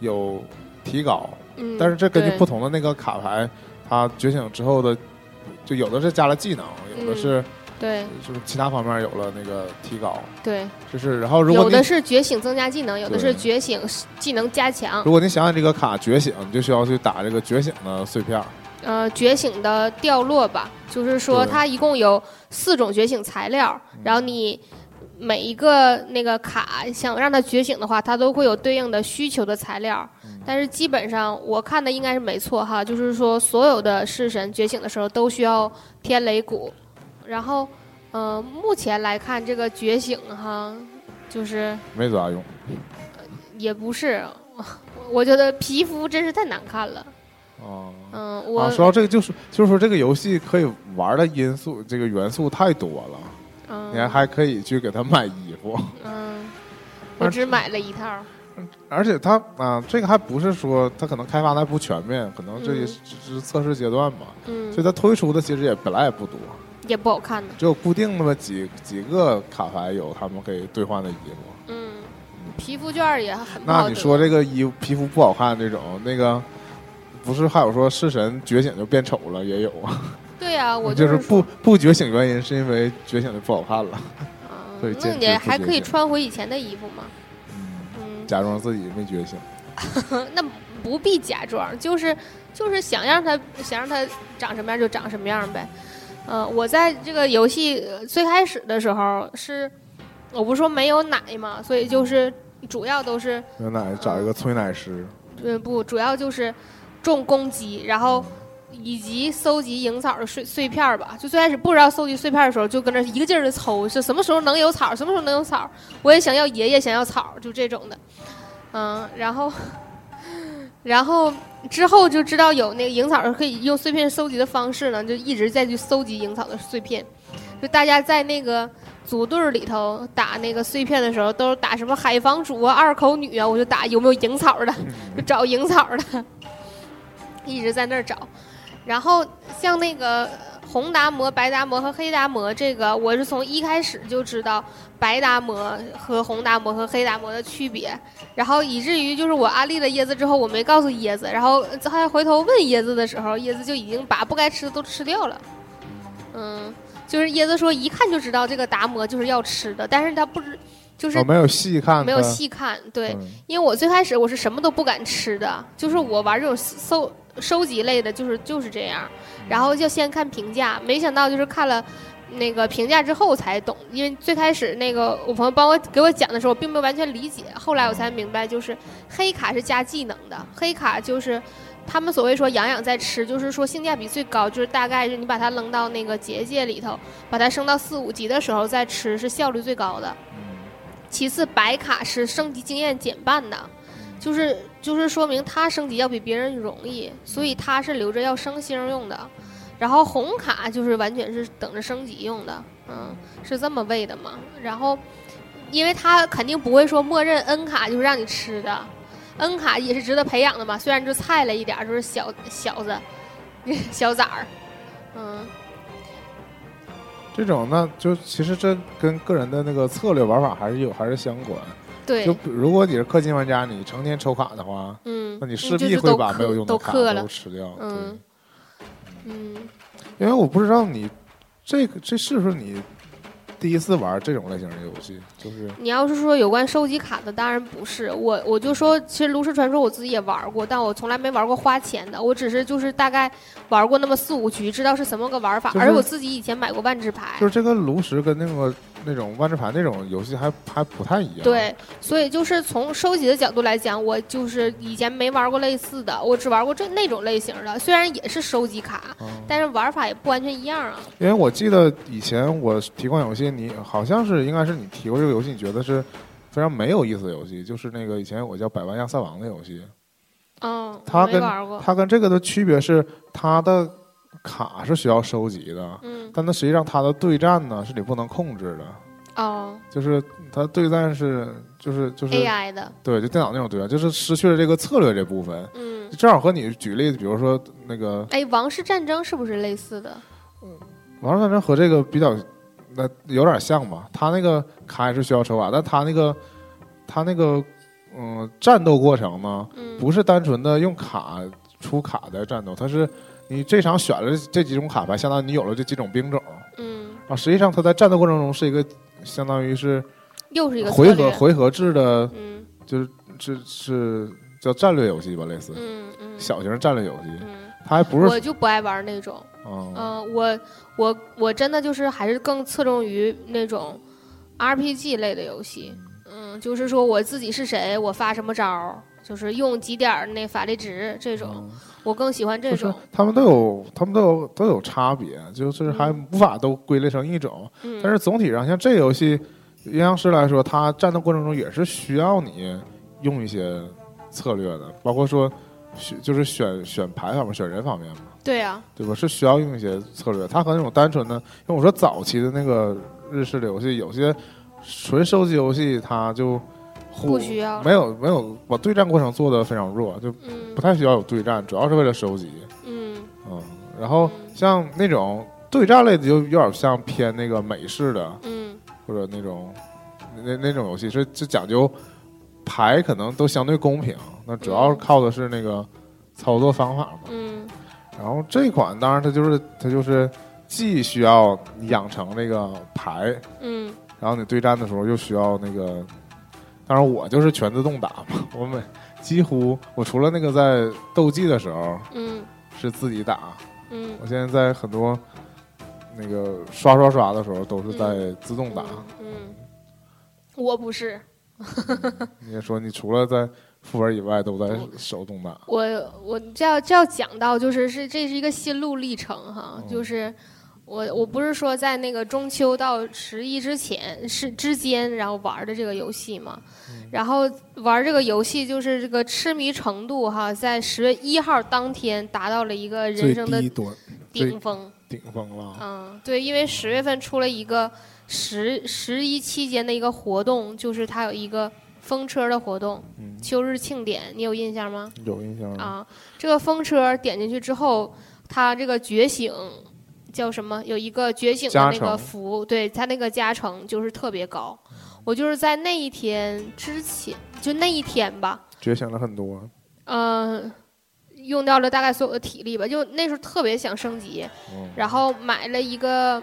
Speaker 1: 有提高，
Speaker 2: 嗯，
Speaker 1: 但是这根据
Speaker 2: 对
Speaker 1: 不同的那个卡牌，它觉醒之后的，就有的是加了技能，有的
Speaker 2: 嗯
Speaker 1: 是
Speaker 2: 对
Speaker 1: 就是其他方面有了那个提高，
Speaker 2: 对，
Speaker 1: 就是然后如果
Speaker 2: 有
Speaker 1: 你
Speaker 2: 的是觉醒增加技能，有的
Speaker 1: 对
Speaker 2: 是觉醒技能加强
Speaker 1: 如，果你想想这个卡觉醒，你就需要去打这个觉醒的碎片儿。
Speaker 2: 呃，觉醒的掉落吧，就是说
Speaker 1: 对
Speaker 2: 它一共有四种觉醒材料
Speaker 1: 嗯，
Speaker 2: 然后你每一个那个卡想让它觉醒的话，它都会有对应的需求的材料。
Speaker 1: 嗯
Speaker 2: 但是基本上我看的应该是没错哈，就是说所有的式神觉醒的时候都需要天雷鼓，然后呃，目前来看这个觉醒哈，就是
Speaker 1: 没咋用。
Speaker 2: 也不是， 我觉得皮肤真是太难看了。
Speaker 1: 哦，
Speaker 2: 嗯，我、
Speaker 1: 啊，说到这个，就是就是说这个游戏可以玩的因素，这个元素太多了，
Speaker 2: 嗯
Speaker 1: 你还还可以去给他买衣服，
Speaker 2: 嗯，我只买了一套。
Speaker 1: 而且它啊，这个还不是说它可能开发的还不全面，可能这也是只是测试阶段吧，
Speaker 2: 嗯
Speaker 1: 所以，它推出的其实也本来也不多，
Speaker 2: 也不好看呢。
Speaker 1: 只有固定那么几几个卡牌有他们可以兑换的衣服。
Speaker 2: 嗯，皮肤券儿也很不好
Speaker 1: 那你说
Speaker 2: 得
Speaker 1: 这个衣服皮肤不好看这种，那个不是还有说式神觉醒就变丑了也有啊？
Speaker 2: 对呀、我
Speaker 1: 就是
Speaker 2: 是
Speaker 1: 不
Speaker 2: 说，
Speaker 1: 不觉醒原因是因为觉醒的不好看了，
Speaker 2: 嗯
Speaker 1: 对
Speaker 2: 那
Speaker 1: 坚
Speaker 2: 你
Speaker 1: 持不
Speaker 2: 还
Speaker 1: 觉
Speaker 2: 可以
Speaker 1: 醒
Speaker 2: 穿回以前的衣服吗？嗯，
Speaker 1: 假装自己没觉醒。
Speaker 2: 那不必假装，就是就是想让它想让它长什么样就长什么样呗。嗯、我在这个游戏呃最开始的时候是，我不是说没有奶嘛，所以就是主要都是
Speaker 1: 牛奶找一个催奶师，
Speaker 2: 嗯，不，主要就是种公鸡，然后
Speaker 1: 嗯
Speaker 2: 以及搜集蝇草的碎碎片儿吧。就最开始不知道搜集碎片儿的时候，就跟那一个劲儿的抽，是什么时候能有草，什么时候能有草。我也想要爷爷，想要草，就这种的。嗯，然后，然后之后就知道有那个蝇草是可以用碎片搜集的方式呢，就一直在去搜集蝇草的碎片。就大家在那个组队儿里头打那个碎片的时候，都是打什么海防主啊、二口女啊，我就打有没有蝇草的，就找蝇草的，一直在那儿找。然后像那个红达摩、白达摩和黑达摩，这个我是从一开始就知道白达摩和红达摩和黑达摩的区别，然后以至于就是我安利了椰子之后，我没告诉椰子，然后还回头问椰子的时候，椰子就已经把不该吃的都吃掉了。嗯，就是椰子说一看就知道这个达摩就是要吃的，但是他不知就是
Speaker 1: 我哦没有细看它，
Speaker 2: 没有细看，对，
Speaker 1: 嗯，
Speaker 2: 因为我最开始我是什么都不敢吃的，就是我玩这种搜收集类的，就是就是这样，然后就先看评价，没想到就是看了。那个评价之后才懂，因为最开始那个我朋友帮我给我讲的时候，我并没有完全理解，后来我才明白，就是黑卡是加技能的，黑卡就是他们所谓说“养养再吃”，就是说性价比最高，就是大概是你把它扔到那个结界里头，把它升到四五级的时候再吃，是效率最高的。
Speaker 1: 嗯
Speaker 2: 其次，白卡是升级经验减半的，
Speaker 1: 嗯
Speaker 2: 就是就是说明他升级要比别人容易，所以他是留着要升星用的。然后红卡就是完全是等着升级用的，嗯，是这么喂的嘛。然后，因为他肯定不会说默认 N 卡就是让你吃的，N 卡也是值得培养的嘛，虽然就菜了一点儿，就是小小子、小崽儿，嗯。
Speaker 1: 这种那就其实这跟个人的那个策略玩法还是有还是相关。
Speaker 2: 对，
Speaker 1: 就比如果你是氪金玩家，你成天抽卡的话，
Speaker 2: 嗯，
Speaker 1: 那你
Speaker 2: 嗯
Speaker 1: 势
Speaker 2: 就
Speaker 1: 必
Speaker 2: 是
Speaker 1: 会
Speaker 2: 都
Speaker 1: 把没有
Speaker 2: 氪
Speaker 1: 用的
Speaker 2: 都
Speaker 1: 卡
Speaker 2: 氪
Speaker 1: 都
Speaker 2: 了，
Speaker 1: 吃掉。对
Speaker 2: 嗯，嗯，
Speaker 1: 因为我不知道你这个这是不是你第一次玩这种类型的游戏，就是
Speaker 2: 你要是说有关收集卡的，当然不是我，我就说，其实炉石传说我自己也玩过，但我从来没玩过花钱的，我只是就是大概玩过那么四五局，知道是什么个玩法，
Speaker 1: 就是
Speaker 2: 而且我自己以前买过万智牌，
Speaker 1: 就是这个炉石跟那个那种万智牌那种游戏还还不太一样。，
Speaker 2: 对，所以就是从收集的角度来讲，我就是以前没玩过类似的，我只玩过这那种类型的，虽然也是收集卡，
Speaker 1: 嗯、
Speaker 2: 但是玩法也不完全一样啊。
Speaker 1: 因为我记得以前我提过游戏，你好像是应该是你提过这个游戏，你觉得是非常没有意思的游戏，就是那个以前我叫《百万亚瑟王》的游戏，
Speaker 2: 嗯，
Speaker 1: 它
Speaker 2: 我没
Speaker 1: 跟
Speaker 2: 玩过，
Speaker 1: 它跟这个的区别是它的卡是需要收集的，
Speaker 2: 嗯，
Speaker 1: 但它实际上它的对战呢是你不能控制的，
Speaker 2: 哦
Speaker 1: 就是它对战是就是就是
Speaker 2: ，AI 的，
Speaker 1: 对，就电脑那种对战，就是失去了这个策略这部分。
Speaker 2: 嗯，
Speaker 1: 正好和你举例子，比如说那个
Speaker 2: 哎，王室战争是不是类似的？
Speaker 1: 《王者战争》和这个比较，那有点像吧？他那个卡也是需要抽卡，但他那个他那个嗯、战斗过程呢，
Speaker 2: 嗯，
Speaker 1: 不是单纯的用卡出卡的战斗，它是你这场选了这几种卡牌，相当于你有了这几种兵种
Speaker 2: 嗯，
Speaker 1: 啊。实际上，它在战斗过程中是一个相当于是
Speaker 2: 又是一个
Speaker 1: 回
Speaker 2: 策
Speaker 1: 合
Speaker 2: 略，
Speaker 1: 回合制的，
Speaker 2: 嗯
Speaker 1: 就是这是叫战略游戏吧，类似
Speaker 2: 嗯嗯，
Speaker 1: 小型战略游戏，
Speaker 2: 嗯，
Speaker 1: 它还不
Speaker 2: 我
Speaker 1: 是
Speaker 2: 就不爱玩那种，
Speaker 1: 嗯
Speaker 2: 嗯、我我我真的就是还是更侧重于那种， RPG 类的游戏，嗯，就是说我自己是谁，我发什么招儿，就是用几点儿那法力值这种，
Speaker 1: 嗯
Speaker 2: 我更喜欢这
Speaker 1: 就是
Speaker 2: 种。
Speaker 1: 他们都有，他们都有都有差别，就是还无法都归类成一种。
Speaker 2: 嗯，
Speaker 1: 但是总体上，像这游戏，阴阳师来说，它战斗过程中也是需要你用一些策略的，包括说选就是选选牌方面、选人方面嘛，
Speaker 2: 对啊，
Speaker 1: 对吧？是需要用一些策略。它和那种单纯的，因为我说早期的那个日式的游戏，有些纯收集游戏，它就互
Speaker 2: 不需要
Speaker 1: 没有没有把对战过程做得非常弱，就
Speaker 2: 嗯
Speaker 1: 不太需要有对战，主要是为了收集。
Speaker 2: 嗯
Speaker 1: 嗯，然后像那种对战类的，就有点像偏那个美式的，
Speaker 2: 嗯
Speaker 1: 或者那种那那种游戏是就讲究牌，可能都相对公平。那主要靠的是那个操作方法嘛。
Speaker 2: 嗯
Speaker 1: 然后这款当然它就是它就是既需要你养成那个牌，
Speaker 2: 嗯
Speaker 1: 然后你对战的时候又需要那个。当然，我就是全自动打嘛，我每几乎我除了那个在斗技的时候
Speaker 2: 嗯
Speaker 1: 是自己打，
Speaker 2: 嗯
Speaker 1: 我现在在很多那个刷刷刷的时候都是在自动打。
Speaker 2: 嗯，我不是，
Speaker 1: 你也说，你除了在副本以外都在手动打。
Speaker 2: 我我这要这要讲到，就是是这是一个心路历程哈，
Speaker 1: 嗯
Speaker 2: 就是我我不是说在那个中秋到十一之前是之间，然后玩的这个游戏嘛，
Speaker 1: 嗯
Speaker 2: 然后玩这个游戏就是这个痴迷程度哈，在十月一号当天达到了一个人生的
Speaker 1: 端最哦
Speaker 2: 顶峰。
Speaker 1: 顶峰了，
Speaker 2: 嗯，对，因为十月份出了一个十十一期间的一个活动，就是它有一个风车的活动，
Speaker 1: 嗯，
Speaker 2: 秋日庆典，你有印象吗？
Speaker 1: 有印象吗？
Speaker 2: 啊，这个风车点进去之后，它这个觉醒叫什么？有一个觉醒的
Speaker 1: 加
Speaker 2: 那个
Speaker 1: 成
Speaker 2: 符，对它那个加成就是特别高。我就是在那一天之前，就那一天吧，
Speaker 1: 觉醒了很多，
Speaker 2: 嗯，用掉了大概所有的体力吧，就那时候特别想升级，
Speaker 1: 嗯，
Speaker 2: 然后买了一个，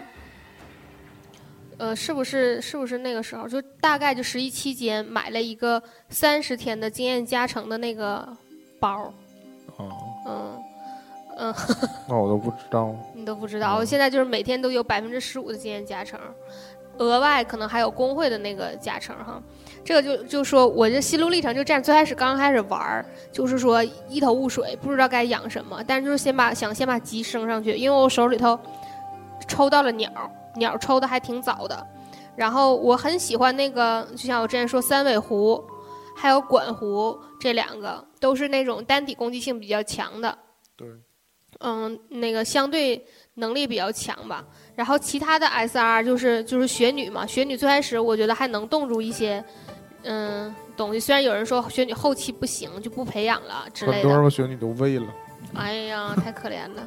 Speaker 2: 呃，是不是是不是那个时候就大概就十一期间买了一个三十天的经验加成的那个包，
Speaker 1: 啊，
Speaker 2: 嗯。
Speaker 1: 那我都不知道。
Speaker 2: 你都不知道，
Speaker 1: 嗯
Speaker 2: 我现在就是每天都有百分之十五的经验加成，额外可能还有工会的那个加成哈。这个就就说我这心路历程就这样，最开始刚开始玩儿，就是说一头雾水，不知道该养什么，但是就是先把想先把鸡升上去，因为我手里头抽到了鸟，鸟抽的还挺早的，然后我很喜欢那个，就像我之前说三尾狐，还有管狐这两个都是那种单体攻击性比较强的，
Speaker 1: 对，
Speaker 2: 嗯，那个相对能力比较强吧。然后其他的 SR 就是就是雪女嘛，雪女最开始我觉得还能冻住一些，嗯，东西。虽然有人说雪女后期不行，就不培养了之
Speaker 1: 很
Speaker 2: 类的
Speaker 1: 多，人选你都喂了，
Speaker 2: 哎呀，太可怜了。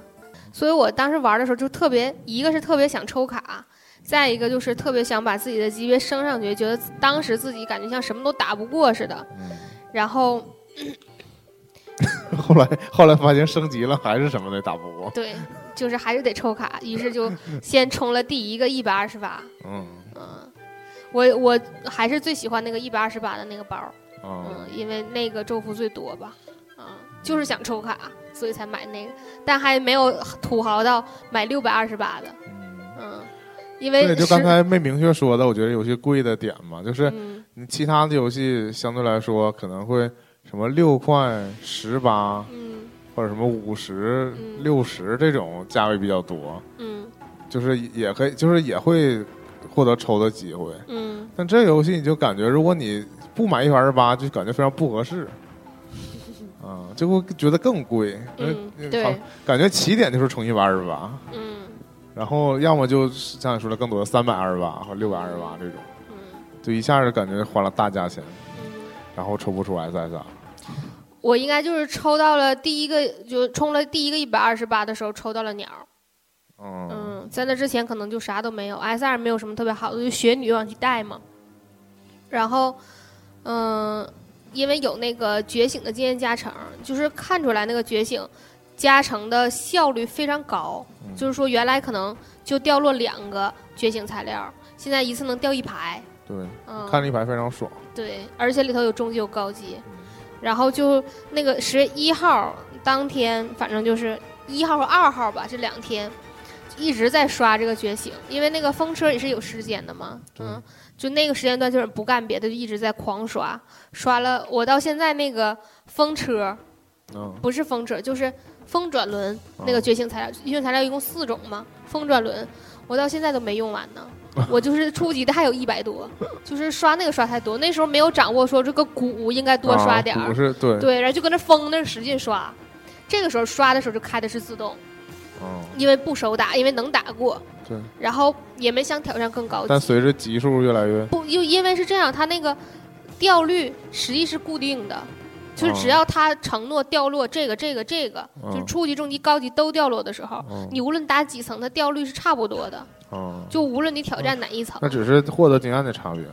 Speaker 2: 所以我当时玩的时候就特别，一个是特别想抽卡，再一个就是特别想把自己的级别升上去，觉得自当时自己感觉像什么都打不过似的。
Speaker 1: 嗯，
Speaker 2: 然后
Speaker 1: 后来后来发现升级了还是什么的打不过，
Speaker 2: 对，就是还是得抽卡，于是就先冲了第一个一百二十八。
Speaker 1: 嗯
Speaker 2: 嗯，我我还是最喜欢那个一百二十八的那个包，嗯
Speaker 1: 啊，，
Speaker 2: 因为那个咒符最多吧，嗯，就是想抽卡，所以才买那个，但还没有土豪到买六百二十八的，
Speaker 1: 嗯，
Speaker 2: 嗯，因为
Speaker 1: 对，就是刚才没明确说的，我觉得有些贵的点嘛，就是
Speaker 2: 嗯
Speaker 1: 你其他的游戏相对来说可能会什么六块、十八
Speaker 2: 嗯
Speaker 1: 或者什么五十、
Speaker 2: 嗯
Speaker 1: 六十这种价位比较多，
Speaker 2: 嗯
Speaker 1: 就是也可以，就是也会获得抽的机会。
Speaker 2: 嗯，
Speaker 1: 但这个游戏你就感觉，如果你不买一百二十八，就感觉非常不合 适，啊，就会觉得更贵。
Speaker 2: 嗯
Speaker 1: 因为
Speaker 2: 对
Speaker 1: 呃好感觉起点就是充一百二十八，
Speaker 2: 嗯
Speaker 1: 然后要么就是像你说的更多的三百二十八或六百二十八这种，
Speaker 2: 嗯嗯，
Speaker 1: 就一下就感觉花了大价钱，然后抽不出 SSR。
Speaker 2: 我应该就是抽到了第一个，就冲了第一个一百二十八的时候抽到了鸟，
Speaker 1: 嗯，
Speaker 2: 嗯，在那之前可能就啥都没有，S 二没有什么特别好的，就学女往去带嘛。然后，嗯、因为有那个觉醒的经验加成，就是看出来那个觉醒加成的效率非常高，
Speaker 1: 嗯
Speaker 2: 就是说原来可能就掉落两个觉醒材料，现在一次能掉一排。
Speaker 1: 对，
Speaker 2: 嗯，
Speaker 1: 看了一排非常爽。
Speaker 2: 对，而且里头有中级有高级，然后就那个十月一号当天，反正就是一号和二号吧，这两天，一直在刷这个觉醒，因为那个风车也是有时间的嘛，嗯，就那个时间段就是不干别的，就一直在狂刷，刷了我到现在那个风车
Speaker 1: 嗯，
Speaker 2: 不是风车，就是风转轮那个觉醒材料，觉醒材料一共四种嘛，风转轮我到现在都没用完呢。我就是初级的还有一百多，就是刷那个刷太多，那时候没有掌握说这个鼓应该多刷点
Speaker 1: 啊
Speaker 2: 儿
Speaker 1: 不，是对，
Speaker 2: 对，然后就跟那疯那儿使劲刷，这个时候刷的时候就开的是自动，
Speaker 1: 嗯，
Speaker 2: 因为不手打，因为能打过，
Speaker 1: 对。
Speaker 2: 然后也没想挑战更高
Speaker 1: 但
Speaker 2: 级，
Speaker 1: 随着级数越来越，
Speaker 2: 不又因为是这样，它那个调率实际是固定的，就是只
Speaker 1: 哦
Speaker 2: 要它承诺掉落这个这个这个，就是
Speaker 1: 嗯
Speaker 2: 初级、中级、高级都掉落的时候，
Speaker 1: 嗯
Speaker 2: 你无论打几层，它掉率是差不多的，
Speaker 1: 嗯，
Speaker 2: 就无论你挑战哪一层，
Speaker 1: 那只是获得经验的差别，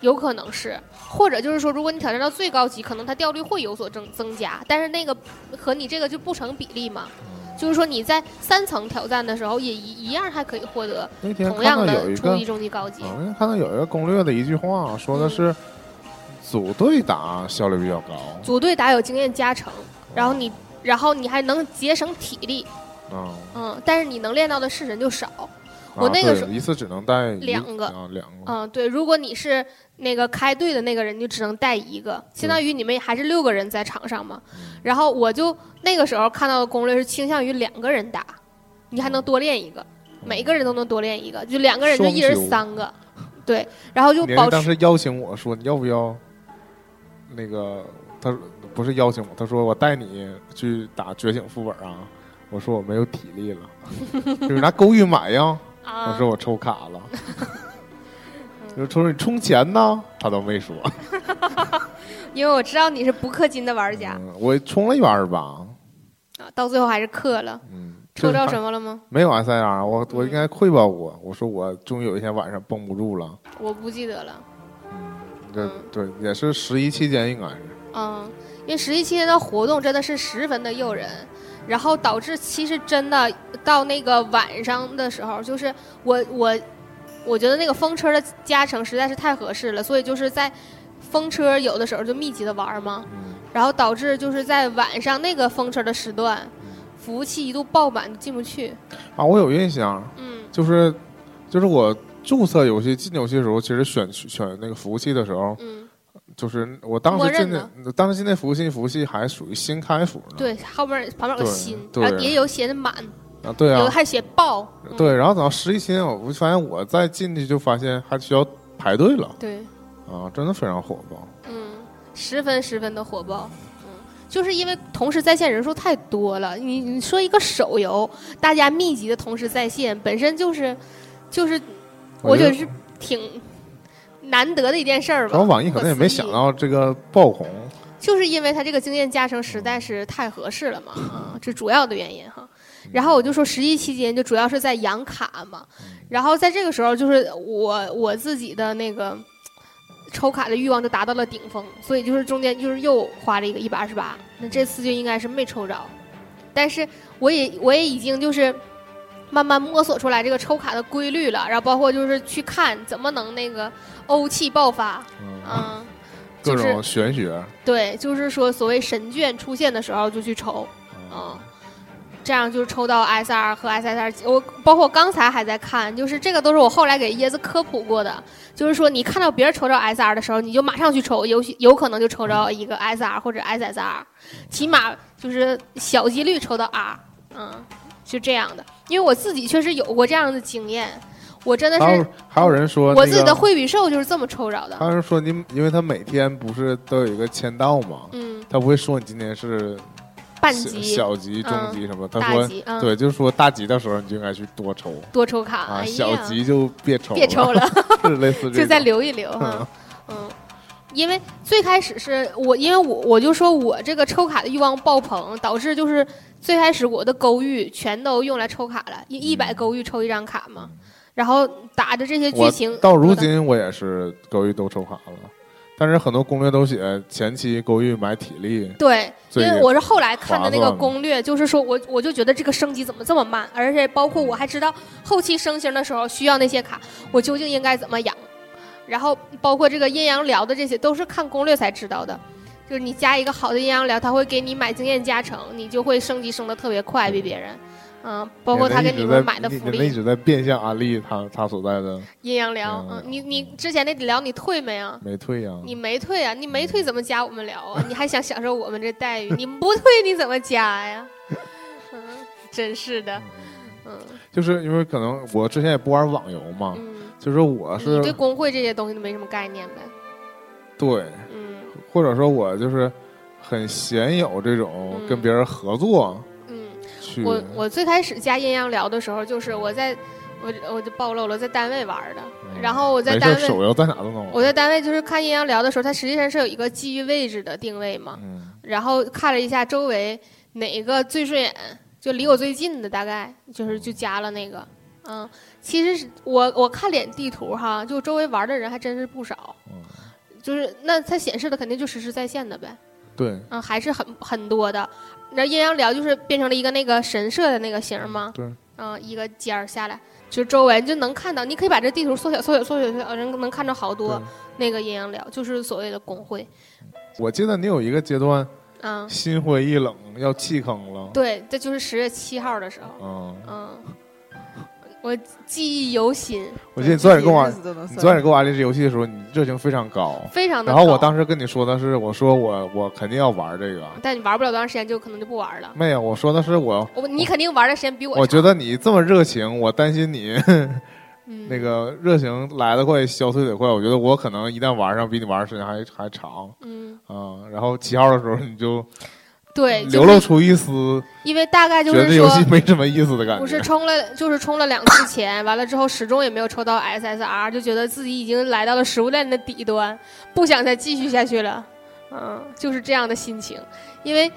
Speaker 2: 有可能是，或者就是说，如果你挑战到最高级，可能它掉率会有所增增加，但是那个和你这个就不成比例嘛。就是说你在三层挑战的时候，也一一样还可以获得
Speaker 1: 那天
Speaker 2: 同
Speaker 1: 看
Speaker 2: 样
Speaker 1: 到有
Speaker 2: 的
Speaker 1: 一
Speaker 2: 初
Speaker 1: 个
Speaker 2: 级、中级、高级。
Speaker 1: 啊，因为看到有一个攻略的一句话，说
Speaker 2: 嗯
Speaker 1: 的是组队打效率比较高
Speaker 2: 组队打有经验加
Speaker 1: 哦
Speaker 2: 成，然后你，然后你还能节省体力，
Speaker 1: 啊。
Speaker 2: 嗯，但是你能练到的式神就少。我
Speaker 1: 啊
Speaker 2: 那个
Speaker 1: 对
Speaker 2: 时候
Speaker 1: 一次只能带一
Speaker 2: 两个
Speaker 1: 啊，两个，
Speaker 2: 嗯，对，如果你是那个开队的那个人，你就只能带一个，相当于你们还是六个人在场上嘛。
Speaker 1: 嗯
Speaker 2: 然后我就那个时候看到的攻略是倾向于两个人打，你还能多练一个，每个人都能多练一个，就两个人就一人
Speaker 1: 嗯双修
Speaker 2: 三个，对，然后就
Speaker 1: 连
Speaker 2: 保
Speaker 1: 当
Speaker 2: 持
Speaker 1: 时邀请我说你要不要那个，他说不是邀请我，他说我带你去打觉醒副本啊。我说我没有体力了， 就是拿狗语买呀。我
Speaker 2: 啊
Speaker 1: 说，我抽卡 了，就是他说你充钱呢，他都没说。
Speaker 2: 因为我知道你是不氪金的玩家
Speaker 1: 嗯我充了一百二十八，
Speaker 2: 啊，到最后还是氪了，
Speaker 1: 嗯，
Speaker 2: 抽到嗯
Speaker 1: 么？
Speaker 2: 什么了吗？
Speaker 1: 没有 SIR，我我应该汇报过，我说我终于有一天晚上绷不住了，
Speaker 2: 我不记得了，
Speaker 1: 这
Speaker 2: 嗯
Speaker 1: 对也是十一期间应该是，
Speaker 2: 嗯，因为十一期间的活动真的是十分的诱人，然后导致其实真的到那个晚上的时候，就是我我我觉得那个风车的加成实在是太合适了，所以就是在风车有的时候就密集的玩嘛，
Speaker 1: 嗯，
Speaker 2: 然后导致就是在晚上那个风车的时段，服务器一度爆满进不去，
Speaker 1: 啊，我有印象，
Speaker 2: 嗯
Speaker 1: 就是就是我注册游戏进游戏的时候，其实选选那个服务器的时候，
Speaker 2: 嗯，
Speaker 1: 就是我当
Speaker 2: 默
Speaker 1: 时
Speaker 2: 认
Speaker 1: 进
Speaker 2: 的
Speaker 1: 的，当时进那服务器，服务器还属于新开服呢，
Speaker 2: 对，后边旁边有个
Speaker 1: 对
Speaker 2: 新，
Speaker 1: 对
Speaker 2: 然后也有写的满，
Speaker 1: 啊，对
Speaker 2: 有的
Speaker 1: 啊，
Speaker 2: 还写爆，嗯
Speaker 1: 对，然后等到十一期间，我我发现我再进去就发现还需要排队了
Speaker 2: 对。
Speaker 1: 啊，真的非常火爆，
Speaker 2: 嗯，十分十分的火爆。嗯，就是因为同时在线人数太多了，你你说一个手游，大家密集的同时在线，本身就是就是，我觉得是挺难得的一件事儿
Speaker 1: 然
Speaker 2: 吧。
Speaker 1: 后网易可能也没想到这个爆红，
Speaker 2: 就是因为它这个经验加成实在是太合适了嘛，啊，这主要的原因哈。然后我就说十一期间就主要是在养卡嘛，然后在这个时候就是我我自己的那个抽卡的欲望就达到了顶峰，所以就是中间就是又花了一个一百二十八，那这次就应该是没抽着，但是我也我也已经就是。慢慢摸索出来这个抽卡的规律了，然后包括就是去看怎么能那个欧气爆发，
Speaker 1: 嗯，
Speaker 2: 嗯，
Speaker 1: 各
Speaker 2: 就是
Speaker 1: 种玄学。
Speaker 2: 对，就是说所谓神卷出现的时候就去抽，嗯，这样就是抽到 S R 和 S S R。我包括刚才还在看，就是这个都是我后来给椰子科普过的，就是说你看到别人抽着 S R 的时候，你就马上去抽，有有可能就抽着一个 S R 或者 S S R，起码就是小几率抽到 R，嗯，是这样的。因为我自己确实有过这样的经验，我真的
Speaker 1: 还
Speaker 2: 是
Speaker 1: 有还有人说、那个，
Speaker 2: 我自己的惠比寿就是这么抽着
Speaker 1: 还
Speaker 2: 的，
Speaker 1: 有人说你，因为他每天不是都有一个签到嘛，
Speaker 2: 嗯，
Speaker 1: 他不会说你今天是
Speaker 2: 半
Speaker 1: 小
Speaker 2: 级、
Speaker 1: 小级、中
Speaker 2: 嗯
Speaker 1: 级什么，他
Speaker 2: 大
Speaker 1: 说
Speaker 2: 级，嗯。
Speaker 1: 对，就是说大级的时候你就应该去多抽
Speaker 2: 多抽卡，
Speaker 1: 啊，
Speaker 2: 哎呀
Speaker 1: 小级就别抽，
Speaker 2: 别抽，了，
Speaker 1: 是类似这
Speaker 2: 就
Speaker 1: 种
Speaker 2: 再留 一留哈。嗯，因为最开始是我，因为我我就说我这个抽卡的欲望爆棚，导致就是最开始我的勾玉全都用来抽卡了，一一
Speaker 1: 嗯
Speaker 2: 百勾玉抽一张卡嘛。然后打着这些剧
Speaker 1: 我
Speaker 2: 情，
Speaker 1: 到如今我也是勾玉都抽卡了，但是很多攻略都写前期勾玉买体力，
Speaker 2: 对，因
Speaker 1: 最
Speaker 2: 为我是后来看的那
Speaker 1: 划
Speaker 2: 个
Speaker 1: 算嘛
Speaker 2: 攻略，就是说我我就觉得这个升级怎么这么慢，而且包括我还知道后期升星的时候需要那些卡，我究竟应该怎么养，然后包括这个阴阳寮的这些都是看攻略才知道的。就是你加一个好的阴阳寮，它会给你买经验加成，你就会升级升的特别快，比别人。嗯，包括他给
Speaker 1: 你
Speaker 2: 们买的福
Speaker 1: 你们一
Speaker 2: 利，
Speaker 1: 直在变相安利他他所在的
Speaker 2: 阴阳聊，
Speaker 1: 嗯
Speaker 2: 嗯，你你之前那聊你退没啊？
Speaker 1: 没退呀、
Speaker 2: 你没退啊？你没退怎么加我们 聊啊？你还想享受我们这待遇？你不退你怎么加呀？ 嗯，真是的，嗯
Speaker 1: 就是因为可能我之前也不玩网游嘛，
Speaker 2: 嗯，
Speaker 1: 就是我是
Speaker 2: 你对工会这些东西都没什么概念呗？
Speaker 1: 对，
Speaker 2: 嗯
Speaker 1: 或者说我就是很鲜有这种
Speaker 2: 嗯
Speaker 1: 跟别人合作
Speaker 2: 嗯，
Speaker 1: 去，
Speaker 2: 我我最开始加阴阳聊的时候，就是我在我我就暴露了，在单位玩的，
Speaker 1: 嗯
Speaker 2: 然后我在
Speaker 1: 没事
Speaker 2: 单
Speaker 1: 儿
Speaker 2: 位
Speaker 1: 手游在哪都能
Speaker 2: 我
Speaker 1: 玩，
Speaker 2: 在单位就是看阴阳聊的时候，它实际上是有一个基于位置的定位嘛，
Speaker 1: 嗯
Speaker 2: 然后看了一下周围哪个最顺眼，就离我最近的大概就是就加了那个。嗯，其实是我我看脸地图哈，就周围玩的人还真是不少，
Speaker 1: 嗯，
Speaker 2: 就是那它显示的肯定就实时在线的呗，
Speaker 1: 对
Speaker 2: 嗯，还是很很多的。那阴阳聊就是变成了一个那个神社的那个形嘛，
Speaker 1: 对，
Speaker 2: 嗯，一个尖儿下来，就周围就能看到，你可以把这地图缩小、缩小、缩小、缩小，能能看到好多
Speaker 1: 对
Speaker 2: 那个阴阳寮，就是所谓的工会。
Speaker 1: 我记得你有一个阶段
Speaker 2: 嗯，
Speaker 1: 心灰意冷要弃坑了，
Speaker 2: 对，这就是十月七号的时候。
Speaker 1: 嗯，
Speaker 2: 嗯，我记忆犹新，
Speaker 1: 我记得你昨晚跟我
Speaker 5: 日子都能
Speaker 1: 你
Speaker 5: 算
Speaker 1: 昨晚给我安利这游戏的时候，你热情非常高。
Speaker 2: 非常的。
Speaker 1: 然后我，当时跟你说的是，我说我我肯定要玩这个，
Speaker 2: 但你玩不了多长时间，就可能就不玩了。
Speaker 1: 没有，我说的是我，
Speaker 2: 我你肯定玩的时间比我
Speaker 1: 我觉
Speaker 2: 得
Speaker 1: 得你这么热情，我担心你 那
Speaker 2: 那
Speaker 1: 个热情来得快，消退得快。我觉得我可能一旦玩上，比你玩的时间还还长
Speaker 2: 嗯，
Speaker 1: 啊、然后七号的时候，你就
Speaker 2: 对，
Speaker 1: 流
Speaker 2: 就
Speaker 1: 露
Speaker 2: 是
Speaker 1: 出一丝
Speaker 2: 因为大概就
Speaker 1: 觉得这
Speaker 2: 是
Speaker 1: 游
Speaker 2: 说。
Speaker 1: 戏没什么意思的感
Speaker 2: 不
Speaker 1: 觉
Speaker 2: 是。充了，就是充了两次钱，完了之后始终也没有抽到 SSR，就觉得自己已经来到了食物链的底端，不想再继续下去了。嗯，就是这样的心情，因为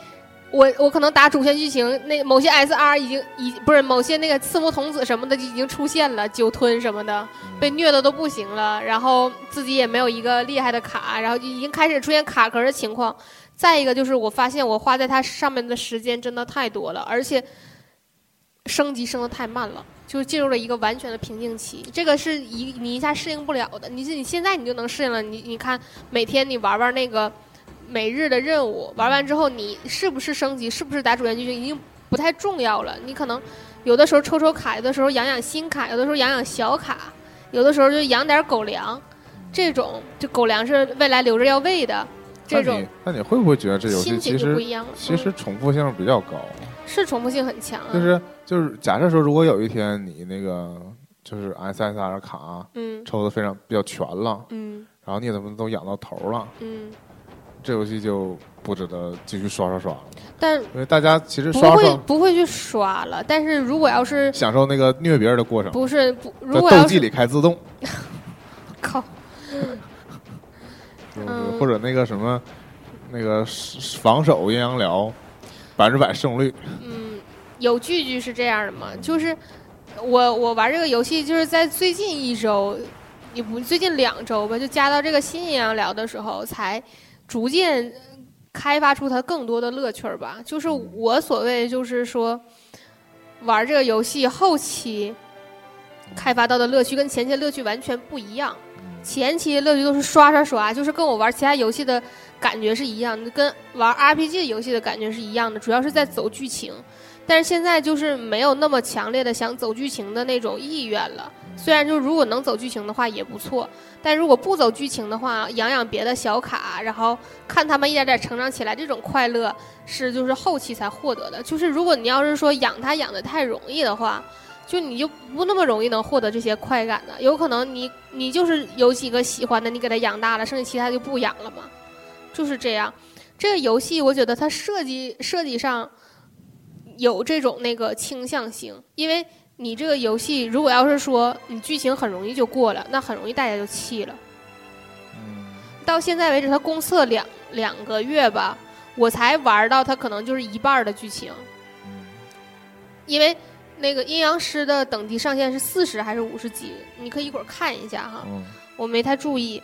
Speaker 2: 我我可能打主线剧情，那某些 SR 已经已不是某些那个刺魔童子什么的就已经出现了，酒吞什么的被虐的都不行了，然后自己也没有一个厉害的卡，然后已经开始出现卡壳的情况。再一个就是我发现我花在它上面的时间真的太多了，而且升级升的太慢了，就是进入了一个完全的瓶颈期。这个是一你一下适应不了的，你是你现在你就能适应了。你你看每天你玩玩那个每日的任务，玩完之后你是不是升级，是不是打主线剧情已经不太重要了。你可能有的时候抽抽卡，有的时候养养新卡，有的时候养养小卡，有的时候就养点狗粮，
Speaker 1: 嗯
Speaker 2: 这种就狗粮是未来留着要喂的。
Speaker 1: 那
Speaker 2: 这种
Speaker 1: 你那你会不会觉得这游戏
Speaker 2: 心
Speaker 1: 其
Speaker 2: 情就不
Speaker 1: 实
Speaker 2: 一样了。
Speaker 1: 其实重复性比较高？
Speaker 2: 嗯是重复性很强、啊，
Speaker 1: 就是就是假设说，如果有一天你那个就是 SSR 卡
Speaker 2: 嗯
Speaker 1: 抽的非常比较全了，
Speaker 2: 嗯
Speaker 1: 然后你怎么都养到头了，
Speaker 2: 嗯，
Speaker 1: 这游戏就不值得继续刷刷刷了，
Speaker 2: 但
Speaker 1: 因为大家其实
Speaker 2: 不
Speaker 1: 刷
Speaker 2: 会
Speaker 1: 刷
Speaker 2: 不会去刷了。但是如果要是
Speaker 1: 享受那个虐别人的过程，
Speaker 2: 不是不，
Speaker 1: 在
Speaker 2: 如果
Speaker 1: 斗
Speaker 2: 要
Speaker 1: 技
Speaker 2: 是
Speaker 1: 里开自动，
Speaker 2: 靠，嗯
Speaker 1: 或者那个什么那个防守阴阳寮，百分之百胜率，
Speaker 2: 嗯，有句句是这样的嘛，就是我我玩这个游戏就是在最近一周，也不最近两周吧，就加到这个新阴阳聊的时候，才逐渐开发出它更多的乐趣儿吧。就是我所谓就是说，玩这个游戏后期开发到的乐趣跟前期的乐趣完全不一样。前期的乐趣都是刷刷刷，就是跟我玩其他游戏的感觉是一样的，跟玩 RPG 游戏的感觉是一样的，主要是在走剧情。但是现在就是没有那么强烈的想走剧情的那种意愿了。虽然就是如果能走剧情的话也不错，但如果不走剧情的话，养养别的小卡，然后看他们一点点成长起来，这种快乐是就是后期才获得的。就是如果你要是说养它养的太容易的话，就你就不那么容易能获得这些快感的。有可能你你就是有几个喜欢的，你给它养大了，剩下其他就不养了嘛，就是这样。这个游戏我觉得它设计设计上有这种那个倾向性，因为你这个游戏如果要是说你剧情很容易就过了，那很容易大家就弃了。
Speaker 1: 嗯，
Speaker 2: 到现在为止，它公测两两个月吧，我才玩到它可能就是一半儿的剧情，因为那个阴阳师的等级上限是四十还是五十级，你可以一会儿看一下哈，
Speaker 1: 嗯
Speaker 2: 我没太注意。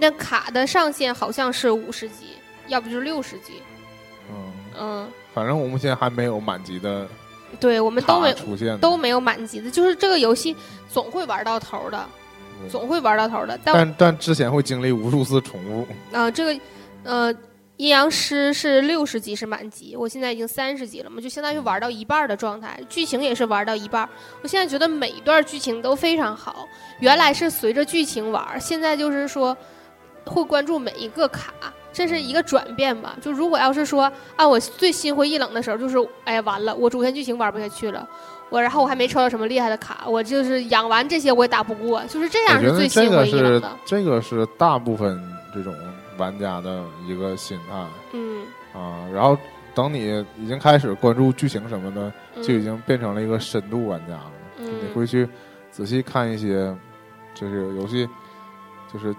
Speaker 2: 那卡的上限好像是五十级，要不就是六十级，
Speaker 1: 嗯，
Speaker 2: 嗯，
Speaker 1: 反正我目前还没有满级的
Speaker 2: 对我们都
Speaker 1: 卡
Speaker 2: 没
Speaker 1: 出现，
Speaker 2: 都没有满级的，就是这个游戏总会玩到头儿的，
Speaker 1: 对
Speaker 2: 总会玩到头儿的。但
Speaker 1: 但但之前会经历无数次重复，
Speaker 2: 啊、这个，呃，阴阳师是六十级是满级，我现在已经三十级了嘛，就相当于玩到一半儿的状态。剧情也是玩到一半儿，我现在觉得每一段剧情都非常好。原来是随着剧情玩儿，现在就是说会关注每一个卡，这是一个转变吧。就如果要是说按我最心灰意冷的时候，就是哎呀完了，我主线剧情玩不下去了，我然后我还没抽到什么厉害的卡，我就是养完这些我也打不过，就是这样
Speaker 1: 我觉
Speaker 2: 是
Speaker 1: 得
Speaker 2: 最
Speaker 1: 这
Speaker 2: 心
Speaker 1: 个
Speaker 2: 灰意冷
Speaker 1: 是
Speaker 2: 的。
Speaker 1: 这个是大部分这种玩家的一个心态
Speaker 2: 嗯，
Speaker 1: 啊。然后等你已经开始关注剧情什么的，
Speaker 2: 嗯
Speaker 1: 就已经变成了一个深度玩家了。就你
Speaker 2: 嗯
Speaker 1: 会去仔细看一些，就是游戏，就是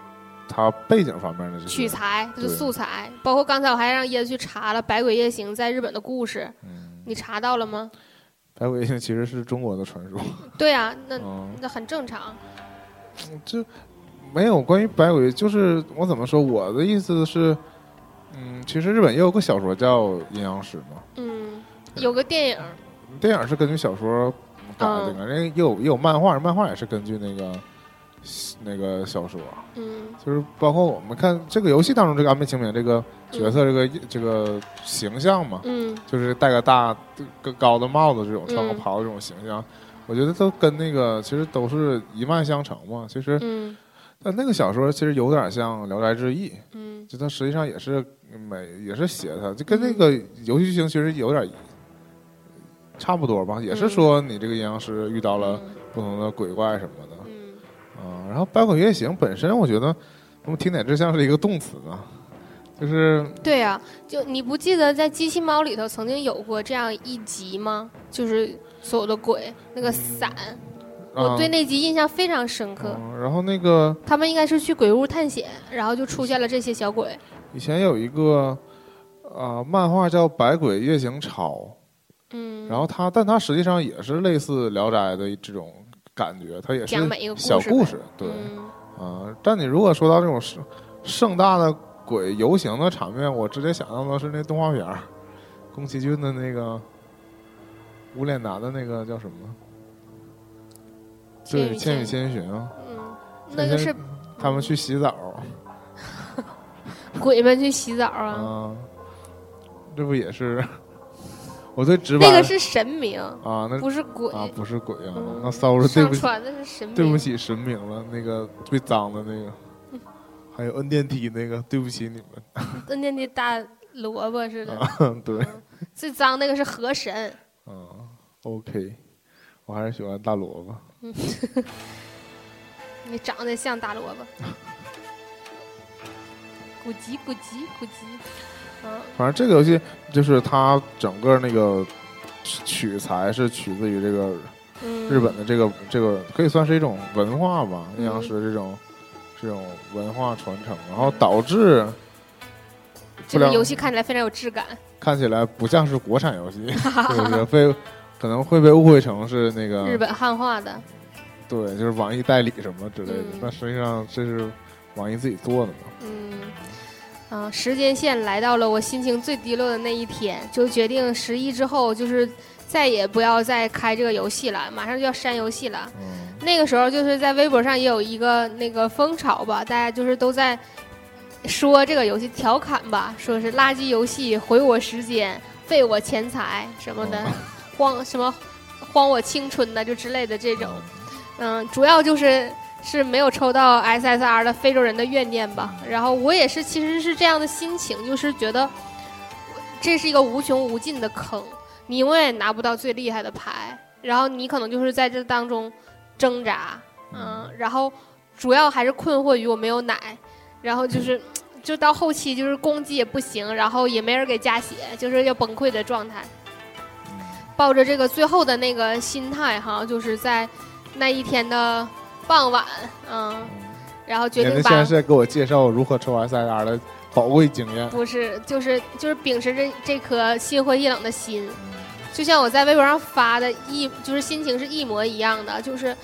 Speaker 1: 它背景方面的这些
Speaker 2: 取。材就
Speaker 1: 嗯
Speaker 2: 是
Speaker 1: 对
Speaker 2: 素材，包括刚才我还让椰子去查了《百鬼夜行》在日本的故事，
Speaker 1: 嗯，
Speaker 2: 你查到了吗？
Speaker 1: 百鬼夜行其实是中国的传说。
Speaker 2: 对啊，那
Speaker 1: 嗯，
Speaker 2: 那很正常。
Speaker 1: 这没有关于百鬼，就是我怎么说，我的意思是，嗯，其实日本也有个小说叫《阴阳师》嘛，
Speaker 2: 嗯，有个电影，
Speaker 1: 电影是根据小说改的，
Speaker 2: 嗯
Speaker 1: 反正也有也有漫画，漫画也是根据那个那个小说，
Speaker 2: 嗯
Speaker 1: 就是包括我们看这个游戏当中这个安倍晴明这个角色这个、这个形象嘛，
Speaker 2: 嗯
Speaker 1: 就是戴个大个高的帽子这种，
Speaker 2: 嗯
Speaker 1: 穿个袍子这种形象，我觉得都跟那个其实都是一脉相承嘛。其实，
Speaker 2: 嗯
Speaker 1: 但那个小说其实有点像《聊斋志异》，
Speaker 2: 嗯
Speaker 1: 就它实际上也是美，也是写它，就跟那个
Speaker 2: 嗯
Speaker 1: 游戏剧情其实有点差不
Speaker 2: 嗯
Speaker 1: 多吧。也是说你这个阴阳师遇到了不同的鬼怪什么的
Speaker 2: 嗯，
Speaker 1: 啊、然后《百鬼夜行》本身，我觉得我们听点这像是一个动词呢，就是
Speaker 2: 对啊，就你不记得在《机器猫》里头曾经有过这样一集吗？就是所有的鬼那个伞，我
Speaker 1: 嗯啊
Speaker 2: 对那集印象非常深刻。
Speaker 1: 嗯然后那个。
Speaker 2: 他们应该是去鬼屋探险，然后就出现了这些小鬼。
Speaker 1: 以前有一个啊、呃漫画叫《百鬼夜行抄》，
Speaker 2: 嗯，
Speaker 1: 然后它，但它实际上也是类似《聊斋》的这种感觉，它也是
Speaker 2: 讲每一个故事
Speaker 1: 小
Speaker 2: 呗
Speaker 1: 故事，对
Speaker 2: 嗯
Speaker 1: 啊、但你如果说到这种盛盛大的鬼游行的场面，我直接想到的是那动画片儿，宫崎骏的那个无脸男的那个叫什么？对，《
Speaker 2: 千
Speaker 1: 千
Speaker 2: 与
Speaker 1: 与千寻》啊，
Speaker 2: 嗯，那个是
Speaker 1: 他们去洗澡
Speaker 2: 鬼们去洗澡
Speaker 1: 啊、
Speaker 2: 啊，
Speaker 1: 这不也是？ 我对直白
Speaker 2: 那个是神明，
Speaker 1: 啊，那
Speaker 2: 不是鬼。
Speaker 1: 啊，不是鬼啊，
Speaker 2: 嗯
Speaker 1: 那 sorry，对
Speaker 2: 上
Speaker 1: 不起，
Speaker 2: 传的是神明。
Speaker 1: 对不起神明了，那个最脏的 那个，还有摁电梯那个，对不起你们
Speaker 2: 跟那那大萝卜似的。
Speaker 1: 啊， 对，
Speaker 2: 最脏那个是河神。
Speaker 1: 啊，OK，我还是喜欢大萝卜，
Speaker 2: 你长得像大萝卜。咕叽咕叽咕叽，嗯
Speaker 1: 反正这个游戏就是它整个那个取材是取自于这个
Speaker 2: 嗯，
Speaker 1: 日本的这个这个可以算是一种文化吧，阴
Speaker 2: 嗯
Speaker 1: 阳师这种这种文化传承，然后导致不
Speaker 2: 这个
Speaker 1: 良
Speaker 2: 游戏看起来非常有质感。
Speaker 1: 看起来不像是国产游 戏，就是被可能会被误会成是那个
Speaker 2: 日本汉化的，
Speaker 1: 对，就是网易代理什么之类的
Speaker 2: 嗯。
Speaker 1: 但实际上这是网易自己做的嘛？
Speaker 2: 嗯。啊，时间线来到了我心情最低落的那一天，就决定十一之后就是再也不要再开这个游戏了，马上就要删游戏了。
Speaker 1: 嗯，
Speaker 2: 那个时候就是在微博上也有一个那个风潮吧，大家就是都在说这个游戏调侃吧，说是垃圾游戏，毁我时间，废我钱财什么的，荒什么荒我青春呐，就之类的这种。嗯，主要就是是没有抽到 SSR 的非洲人的怨念吧。然后我也是，其实是这样的心情，就是觉得这是一个无穷无尽的坑，你永远拿不到最厉害的牌，然后你可能就是在这当中挣扎，嗯，然后主要还是困惑于我没有奶，然后就是。就到后期就是攻击也不行，然后也没人给加血，就是要崩溃的状态。抱着这个最后的那个心态哈，就是在那一天的傍晚，嗯，然后决
Speaker 1: 你
Speaker 2: 定
Speaker 1: 们现在
Speaker 2: 把
Speaker 1: 是在给我介绍如何抽 SSR 的宝贵经验。
Speaker 2: 不是就是就是秉持着这颗心灰意冷的心，就像我在微博上发的一就是心情是一模一样的，就是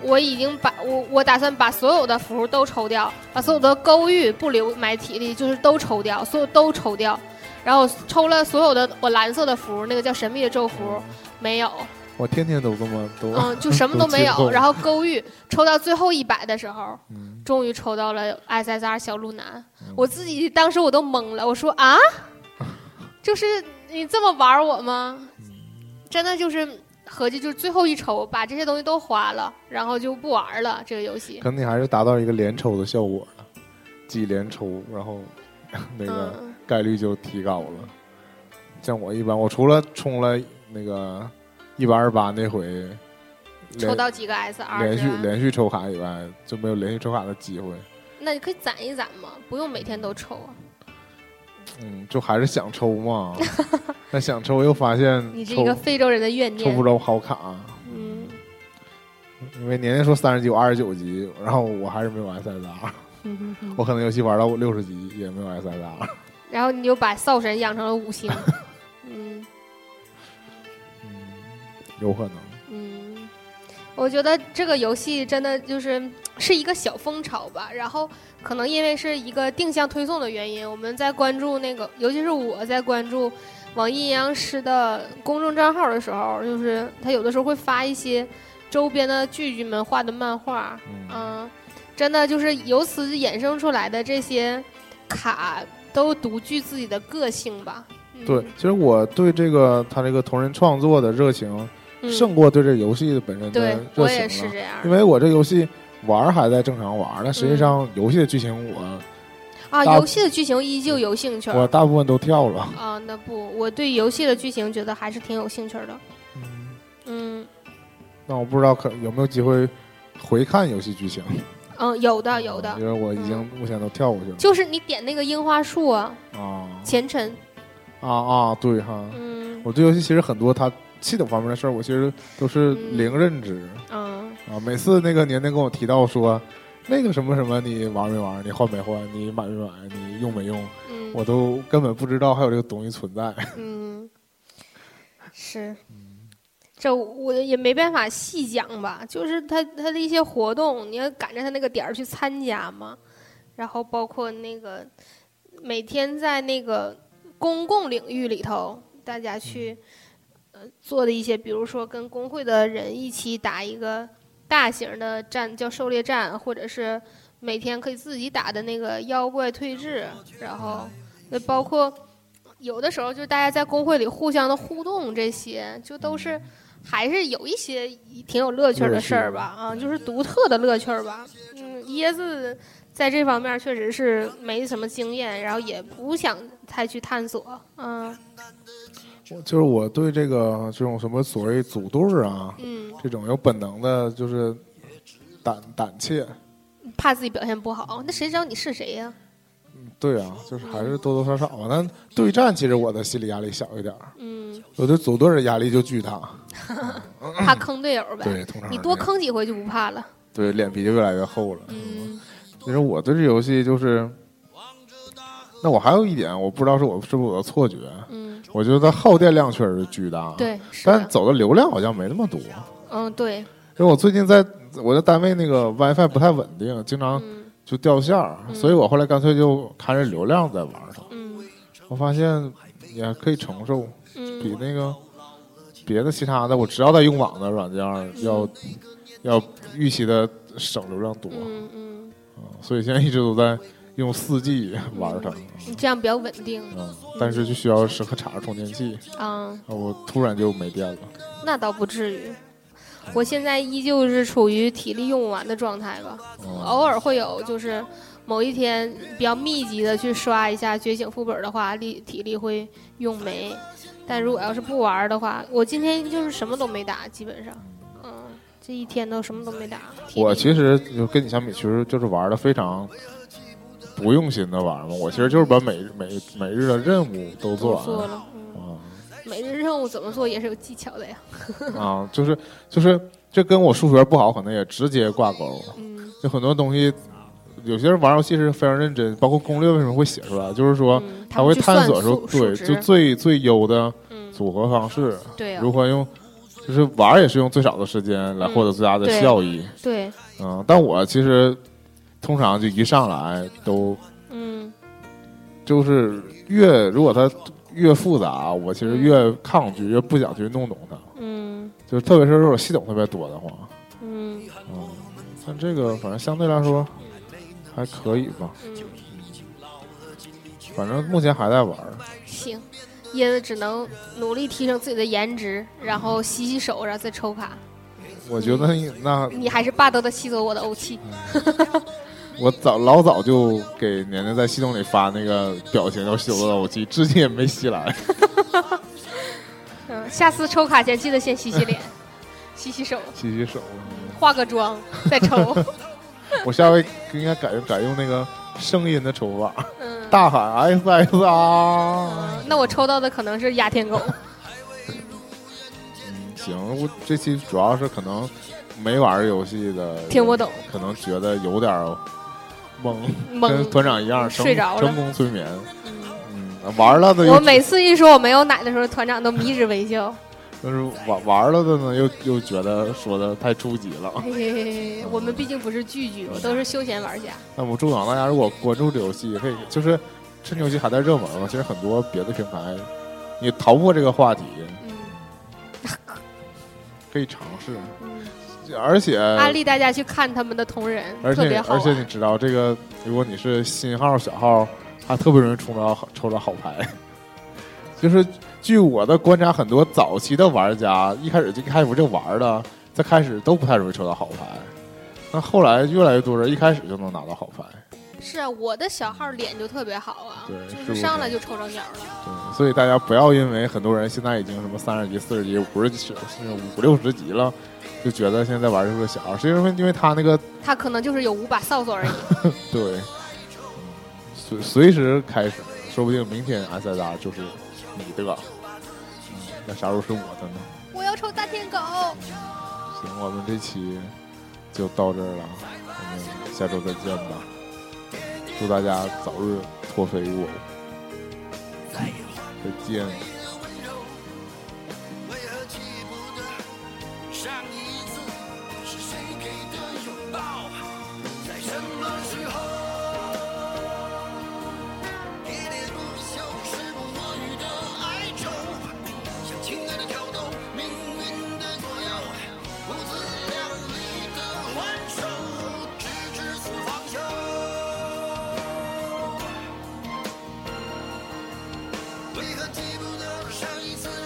Speaker 2: 我已经把我我打算把所有的符都抽掉，把所有的勾玉不留埋体力，就是都抽掉，所有都抽掉，然后抽了所有的我蓝色的符，那个叫神秘的咒符没有，
Speaker 1: 我天天都这么都，
Speaker 2: 嗯，就什么都
Speaker 1: 都
Speaker 2: 没
Speaker 1: 进
Speaker 2: 有。
Speaker 1: 步
Speaker 2: 然后勾玉抽到最后一百的时候，
Speaker 1: 嗯
Speaker 2: 终于抽到了 SSR 小鹿男
Speaker 1: 嗯，
Speaker 2: 我自己当时我都懵了，我说 啊，就是你这么玩我吗？
Speaker 1: 嗯
Speaker 2: 真的就是合计就是最后一抽把这些东西都花了，然后就不玩了这个游戏。
Speaker 1: 可能你还是达到一个连抽的效果了，几连抽，然后那个
Speaker 2: 嗯，
Speaker 1: 概率就提高了。像我一般，我除了冲了那个一百二十八那回连
Speaker 2: 抽到几个啊 SR
Speaker 1: 连续
Speaker 2: 之外
Speaker 1: 连续抽卡以外，就没有连续抽卡的机会。
Speaker 2: 那你可以攒一攒嘛，不用每天都抽啊。
Speaker 1: 嗯，就还是想抽 嘛，但想抽又发现
Speaker 2: 你是
Speaker 1: 嗯抽
Speaker 2: 一个非洲人的怨
Speaker 1: 抽
Speaker 2: 念
Speaker 1: 不。着好卡。
Speaker 2: 嗯
Speaker 1: 因为年年说三十级，我二十九级，然后我还是没有 SSR，我 可能游戏玩到我六十级也没有 SSR。
Speaker 2: 嗯然后你就把扫神养成了 五星。嗯
Speaker 1: 嗯， 有可能。
Speaker 2: 嗯，我觉得这个游戏真的就是是一个小风潮吧。然后可能因为是一个定向推送的原因，我们在关注那个，尤其是我在关注网易阴阳师的公众账号的时候，就是他有的时候会发一些周边的剧剧们画的漫画，
Speaker 1: 嗯，
Speaker 2: 嗯，真的就是由此衍生出来的这些卡都独具自己的个性吧。嗯
Speaker 1: 对，其实我对这个他这个同人创作的热情，
Speaker 2: 嗯
Speaker 1: 胜过对这游戏本身的
Speaker 2: 对
Speaker 1: 热
Speaker 2: 我也
Speaker 1: 情
Speaker 2: 是
Speaker 1: 了。
Speaker 2: 这样
Speaker 1: 因为我这游戏玩儿还在正常玩儿，但实
Speaker 2: 嗯
Speaker 1: 际上游戏的剧情我
Speaker 2: 啊，
Speaker 1: 大
Speaker 2: 游戏的剧情依旧有兴趣
Speaker 1: 我
Speaker 2: 儿
Speaker 1: 大部分都跳了。
Speaker 2: 啊。那不，我对游戏的剧情觉得还是挺有兴趣儿的。嗯
Speaker 1: 那我不知道可有没有机会回看游戏剧情。
Speaker 2: 嗯，有的有的嗯
Speaker 1: 因，为我已经目前都跳过去了。
Speaker 2: 就是你点那个樱花树啊，
Speaker 1: 啊
Speaker 2: 前尘，
Speaker 1: 啊啊！对哈，
Speaker 2: 嗯
Speaker 1: 我对游戏其实很多它系统方面的事儿，我其实都是零认知
Speaker 2: 嗯
Speaker 1: 啊。每次那个年年跟我提到说。那个什么什么，你玩没玩？你换没换？你买没买？你用没用？
Speaker 2: 嗯
Speaker 1: 我都根本不知道还有这个东西存在。
Speaker 2: 嗯，是。这我也没办法细讲吧，就是他他的一些活动，你要赶着他那个点儿去参加嘛，然后包括那个每天在那个公共领域里头，大家去呃做的一些，比如说跟工会的人一起打一个大型的战，叫狩猎战，或者是每天可以自己打的那个妖怪退治，然后那包括有的时候就是大家在工会里互相的互动，这些就都是还是有一些挺有乐趣儿的事儿吧，啊，就是独特的乐趣儿吧。嗯，椰子在这方面确实是没什么经验，然后也不想太去探索，嗯
Speaker 1: 我就是我对这个这种什么所谓组队儿啊，
Speaker 2: 嗯，
Speaker 1: 这种有本能的，就是胆胆怯。
Speaker 2: 怕自己表现不好，那谁知道你是谁呀、
Speaker 1: 对啊，就是还是多多少少吧。但对战其实我的心理压力小一点儿，
Speaker 2: 嗯，
Speaker 1: 我对组队儿的压力就巨大。
Speaker 2: 怕坑队友呗，
Speaker 1: 对，通啊常
Speaker 2: 你
Speaker 1: 是
Speaker 2: 多
Speaker 1: 这样，
Speaker 2: 坑几回就不怕了，
Speaker 1: 对脸皮就越来越厚了。
Speaker 2: 嗯
Speaker 1: 其实我对这游戏就是，那我还有一点，我不知道是我是不是我的错觉，
Speaker 2: 嗯，
Speaker 1: 我觉得耗电量确实是巨大。，
Speaker 2: 对，是
Speaker 1: 啊但
Speaker 2: 的，
Speaker 1: 走的流量好像没那么多。
Speaker 2: 嗯对，
Speaker 1: 因为我最近在我的单位那个 WiFi 不太稳定，经常
Speaker 2: 嗯
Speaker 1: 就掉线儿，
Speaker 2: 嗯
Speaker 1: 所以我后来干脆就看着流量在玩它。
Speaker 2: 嗯
Speaker 1: 我发现也可以承受，比
Speaker 2: 嗯
Speaker 1: 那个别的其他的我知道在用网的软件儿
Speaker 2: 嗯
Speaker 1: 要、要预期的省流量多，
Speaker 2: 嗯嗯，
Speaker 1: 所以现在一直都在用四 G 玩它。
Speaker 2: 你这样比较稳定，
Speaker 1: 嗯，但是就需要时刻插着充电器，
Speaker 2: 啊、
Speaker 1: 啊我突然就没电了。
Speaker 2: 那倒不至于。我现在依旧是处于体力用不完的状态吧，
Speaker 1: 嗯，
Speaker 2: 偶尔会有就是某一天比较密集的去刷一下觉醒副本的话，力体力会用没。但如果要是不玩儿的话，我今天就是什么都没打，基本上，嗯，这一天都什么都没打。体力
Speaker 1: 我其实就跟你相比，其实就是玩的非常不用心的玩嘛。我其实就是把每每每日的任务都
Speaker 2: 都
Speaker 1: 做完
Speaker 2: 做
Speaker 1: 了。
Speaker 2: 了，嗯，
Speaker 1: 啊
Speaker 2: 每日任务怎么做也是有技巧的呀，
Speaker 1: 啊，就是就是，这跟我数学不好可能也直接挂钩。
Speaker 2: 嗯
Speaker 1: 就很多东西，有些人玩游戏是非常认真，包括攻略为什么会写出来，就是说
Speaker 2: 嗯，
Speaker 1: 他
Speaker 2: 们
Speaker 1: 会
Speaker 2: 去
Speaker 1: 探
Speaker 2: 算
Speaker 1: 索
Speaker 2: 数
Speaker 1: 出对，
Speaker 2: 数
Speaker 1: 就
Speaker 2: 值
Speaker 1: 最最优的
Speaker 2: 嗯，
Speaker 1: 组合方式，
Speaker 2: 对啊呀、
Speaker 1: 如何用，就是玩也是用最少的时间来获得最大的
Speaker 2: 嗯对
Speaker 1: 效益。
Speaker 2: 对，
Speaker 1: 嗯，但我其实通常就一上来都
Speaker 2: 嗯
Speaker 1: 就是越如果它越复杂，我其实越抗拒，越不想去弄懂它。
Speaker 2: 嗯。
Speaker 1: 就就是特别是如果系统特别多的话，
Speaker 2: 嗯
Speaker 1: 嗯，但这个反正相对来说还可以吧，
Speaker 2: 嗯，
Speaker 1: 反正目前还在玩儿。
Speaker 2: 行，椰子只能努力提升自己的颜值，然后洗洗手，然后再抽卡。
Speaker 1: 我觉得那
Speaker 2: 你还是霸道的吸走我的欧气，
Speaker 1: 我早老早就给年年在系统里发那个表情要吸走的武器，至今也没吸来。
Speaker 2: 嗯，下次抽卡前记得先洗 洗脸，洗洗手，
Speaker 1: 洗洗手，
Speaker 2: 化个妆 再抽。
Speaker 1: 我下回应该改用改用那个声音的抽法，
Speaker 2: 嗯，
Speaker 1: 大喊 S S R。
Speaker 2: 嗯那我抽到的可能是 鸦天狗。
Speaker 1: 行，我这期主要是可能没玩儿游戏的
Speaker 2: 听不懂，
Speaker 1: 可能觉得有点儿懵，
Speaker 2: 懵
Speaker 1: 跟团长一样，成
Speaker 2: 睡着了
Speaker 1: 成功催眠。嗯，玩了的
Speaker 2: 我
Speaker 1: 又
Speaker 2: 每次一说我没有奶的时候，团长都迷之微笑。
Speaker 1: 但是玩玩了的呢，又又觉得说的太初级了。
Speaker 2: 嘿嘿嘿嘿，我们毕竟不是剧剧，我都是休闲玩家。
Speaker 1: 那我们祝广大家如果关注这游戏，也可以就是趁这游戏还在热门嘛，其实很多别的平台你逃不过这个话题，
Speaker 2: 嗯
Speaker 1: 可以尝试，
Speaker 2: 嗯，
Speaker 1: 而且
Speaker 2: 安利大家去看他们的同人，
Speaker 1: 呃而
Speaker 2: 特别
Speaker 1: 且
Speaker 2: 好啊
Speaker 1: 而且你
Speaker 2: 玩。
Speaker 1: 知道这个，如果你是新号小号，还特别容易抽着好抽着好牌。 就是据我的观察，很多早期的玩家一开始就一开始不就玩的，在开始都不太容易抽到好牌。那后来越来越多人一开始就能拿到好牌，
Speaker 2: 是啊，我的小号脸就特别好啊
Speaker 1: 对，
Speaker 2: 就
Speaker 1: 不
Speaker 2: 是是
Speaker 1: 是
Speaker 2: 上来就抽着鸟了。
Speaker 1: 对，所以大家不要因为很多人现在已经什么三十级、四十级、五十级、甚至五六十级了，就觉得现在玩就是小号，是因为因为他那个
Speaker 2: 他可能就是有五把扫帚而已。
Speaker 1: 对，嗯随随时开始，说不定明天 S S R 就是你的了。嗯那啥时候 是我的呢？
Speaker 2: 我要抽大天狗，
Speaker 1: 行，我们这期就到这儿了，我们下周再见吧。祝大家早日脱肥如偶，再见。
Speaker 6: 为何记不得上一次是谁给的拥抱，在什么时候？喋喋不休、时不我予的哀愁，像情感的挑逗，命运的左右，不自量力的还手，直至死方休。为何记不得上一次